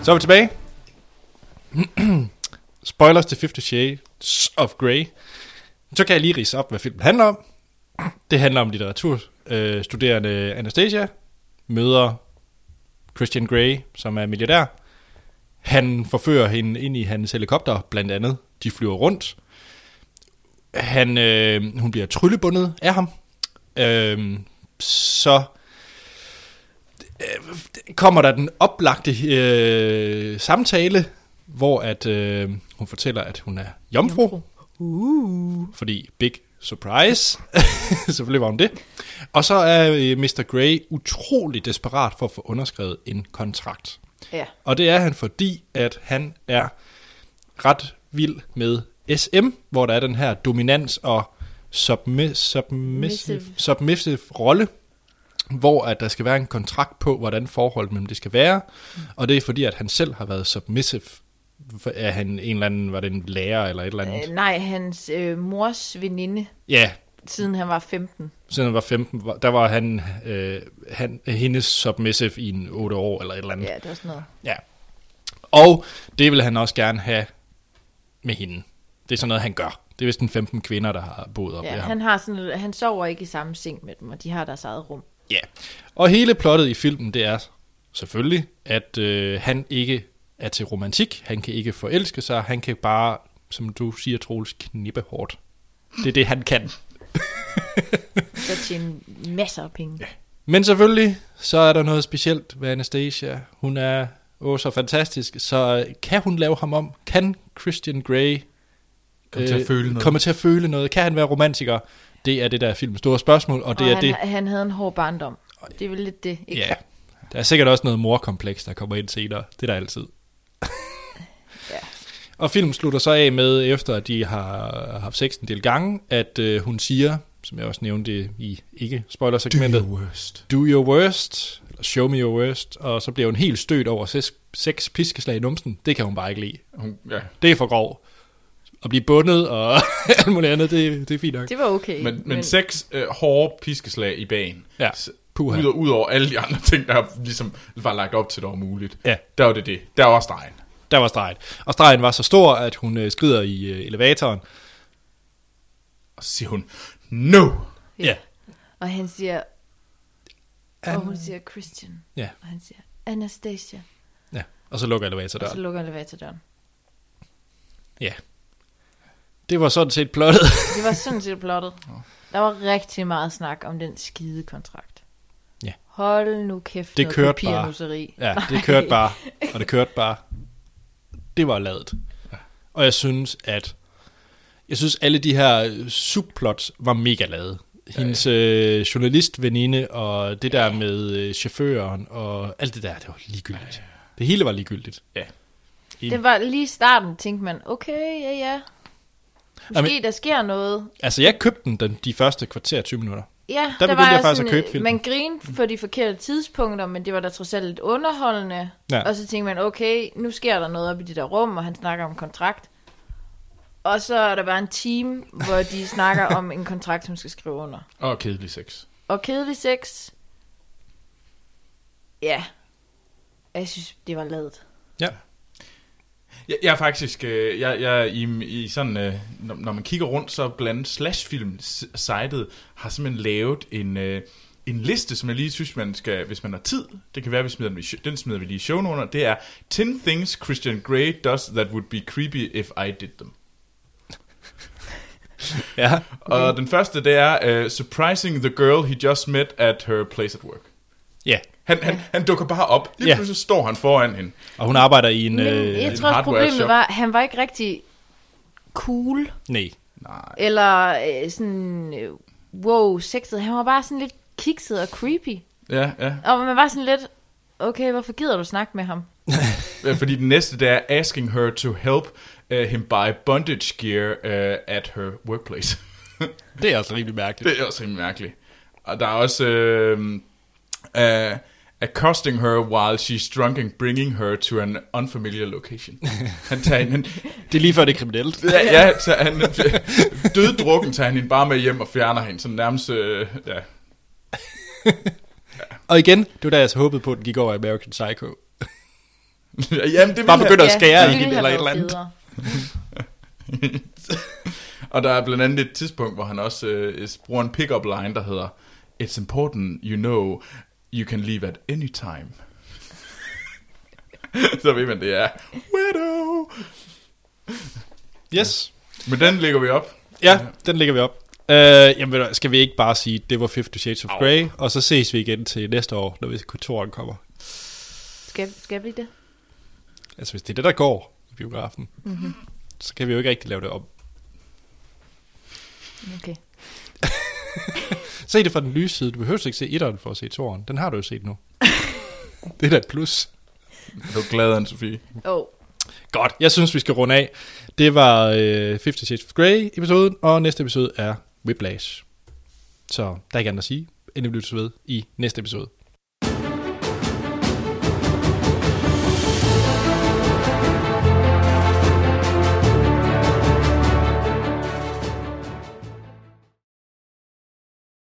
Så er vi tilbage. Spoilers til 50 Shades of Grey. Så kan jeg lige rise op, hvad filmen handler om. Det handler om litteraturstuderende øh, studerende Anastasia, møder Christian Grey, som er milliardær. Han forfører hende ind i hans helikopter, blandt andet. De flyver rundt. Han, øh, hun bliver tryllebundet af ham. Øh, så øh, kommer der den oplagte øh, samtale, hvor at øh, hun fortæller, at hun er jomfru. jomfru. Uh. Fordi big surprise. Selvfølgelig var hun det. Og så er øh, Mr. Grey utrolig desperat for at få underskrevet en kontrakt. ja. Og det er han, fordi at han er ret vild med SM, hvor der er den her dominans og submi- submissive, Missive. submissive rolle, hvor at der skal være en kontrakt på, hvordan forholdet mellem det skal være. Og det er fordi, at han selv har været submissive. For Er han en eller anden, var det en lærer eller et eller andet? Øh, nej, hans øh, mors veninde, Ja, siden han var 15. siden han var 15, var- der var han, øh, han hendes submissive i en 8 år eller et eller andet. Ja, det var sådan noget. Ja. Og det vil han også gerne have med hende. Det er sådan noget, han gør. Det er vist en 15 kvinder, der har boet op Ja, ved ham. han, har sådan, han sover ikke i samme seng med dem, og de har deres eget rum. Ja. Og hele plottet i filmen, det er selvfølgelig, at øh, han ikke er til romantik. Han kan ikke forelske sig. Han kan bare, som du siger, Troels, knippe hårdt. Det er det, han kan. Så tjener masser af penge. Ja. Men selvfølgelig, så er der noget specielt ved Anastasia. Hun er åh, så fantastisk. Så øh, kan hun lave ham om? Kan Christian Grey øh, Kom til at føle noget. komme til at føle noget? Kan han være romantiker? Det er det der film store spørgsmål, og det og er han, det... han havde en hård barndom. Det er vel lidt det, ikke? Ja, der er sikkert også noget morkompleks, der kommer ind senere. Det er der altid. Ja. Og filmen slutter så af med, efter at de har haft sex en del gange, at øh, hun siger, som jeg også nævnte i ikke-spoiler-segmentet, do, worst. do your worst, eller show me your worst, og så bliver hun helt stødt over ses- seks piskeslag i numsen. Det kan hun bare ikke lide. Hun, ja. Det er for grov. At blive bundet og alt muligt andet, det, det er fint nok. Det var okay. Men, men, men seks øh, hårde piskeslag i bagen. Ja. S- Puha. Ud, ud over alle de andre ting, der ligesom var lagt op til, der var muligt. Ja. Der var det det. Der var stregen. Der var stregen. Og stregen var så stor, at hun øh, skrider i øh, elevatoren. Og så siger hun, no! Ja. ja. Og han siger... Og hun siger Christian. Ja. Og han siger Anastasia. Ja, og så lukker Og så elevatordøren. lukker elevatordøren. Ja. Det var sådan set plottet. Det var sådan set plottet. Der var rigtig meget snak om den skide kontrakt. Ja. Hold nu kæft. Det noget kørte papirnusseri. ja, Nej. det kørte bare, og det kørte bare. Det var ladet. Og jeg synes, at jeg synes, alle de her øh, subplots var mega lavet. Hendes øh, journalistveninde og det der med øh, chaufføren og alt det der, det var ligegyldigt. Det hele var ligegyldigt. Det var lige i starten, tænkte man, okay, ja, ja. Måske Jamen- der sker noget. Altså, jeg købte den, den de første kvarter 20 minutter. Ja, der, begyndte var jeg også faktisk sådan, at købe filmen. Man grinede for de forkerte tidspunkter, men det var da trods alt lidt underholdende. Ja. Og så tænkte man, okay, nu sker der noget op i det der rum, og han snakker om kontrakt. Og så er der bare en time, hvor de snakker om en kontrakt, hun skal skrive under. Og kedelig sex. Og kedelig sex. Ja. Jeg synes, det var ladet. Ja. Jeg, jeg er faktisk, øh, jeg, jeg, i, i sådan, øh, når, når man kigger rundt, så blandt andet Slashfilm-sitet har simpelthen lavet en, øh, en liste, som jeg lige synes, man skal, hvis man har tid, det kan være, vi smider den, i sh- den smider vi lige i showen under, det er 10 things Christian Grey does that would be creepy if I did them. Ja. Og den første, det er uh, surprising the girl he just met at her place at work. Ja. Han, han, han dukker bare op. Lige Ja. pludselig står han foran hende. Og hun arbejder i en... Men Øh, jeg en tror også, hardware problemet shop. var, at han var ikke rigtig cool. nej. Nej. Eller øh, sådan, øh, wow, sexet. Han var bare sådan lidt kikset og creepy. Ja, ja. Og man var sådan lidt, okay, hvorfor gider du snakke med ham? Ja, Fordi den næste, det er asking her to help uh, him buy bondage gear uh, at her workplace. Det er altså rimelig mærkeligt. det er også rimelig mærkeligt. Og der er også uh, uh, accosting her while she's drunk and bringing her to an unfamiliar location. Han tager hende, han, Det er lige før, det er kriminelt. ja, ja, så han, øh, døddrukken tager han hende bare med hjem og fjerner hende, sådan nærmest, øh, ja. Og igen, det var da jeg så håbede på, at den gik over i American Psycho. Jamen, det Bare ville begynder at skære det i ville hende have eller et været eller andet. federe. Og der er blandt andet et tidspunkt, hvor han også øh, bruger en pick-up line, der hedder, It's important you know you can leave at any time. så ved man, det er widow. Yes. Men den lægger vi op. Ja, den lægger vi op. Øh, jamen, ved du hvad, skal vi ikke bare sige, det var Fifty Shades of Grey, og så ses vi igen til næste år, når vi kontoren kommer. Skal, skal vi det? Altså, hvis det er det, der går i biografen, mm-hmm. så kan vi jo ikke rigtig lave det om. Okay. Se det fra den lyse side. Du behøver ikke se etteren for at se toeren. Den har du jo set nu. det er da et plus. Er du glad, Anne-Sophie? Åh, oh, Godt, jeg synes, vi skal runde af. Det var øh, Fifty Shades of Grey-episoden, og næste episode er Whiplash. Så der er ikke andet at sige, end vi lyttes ved i næste episode.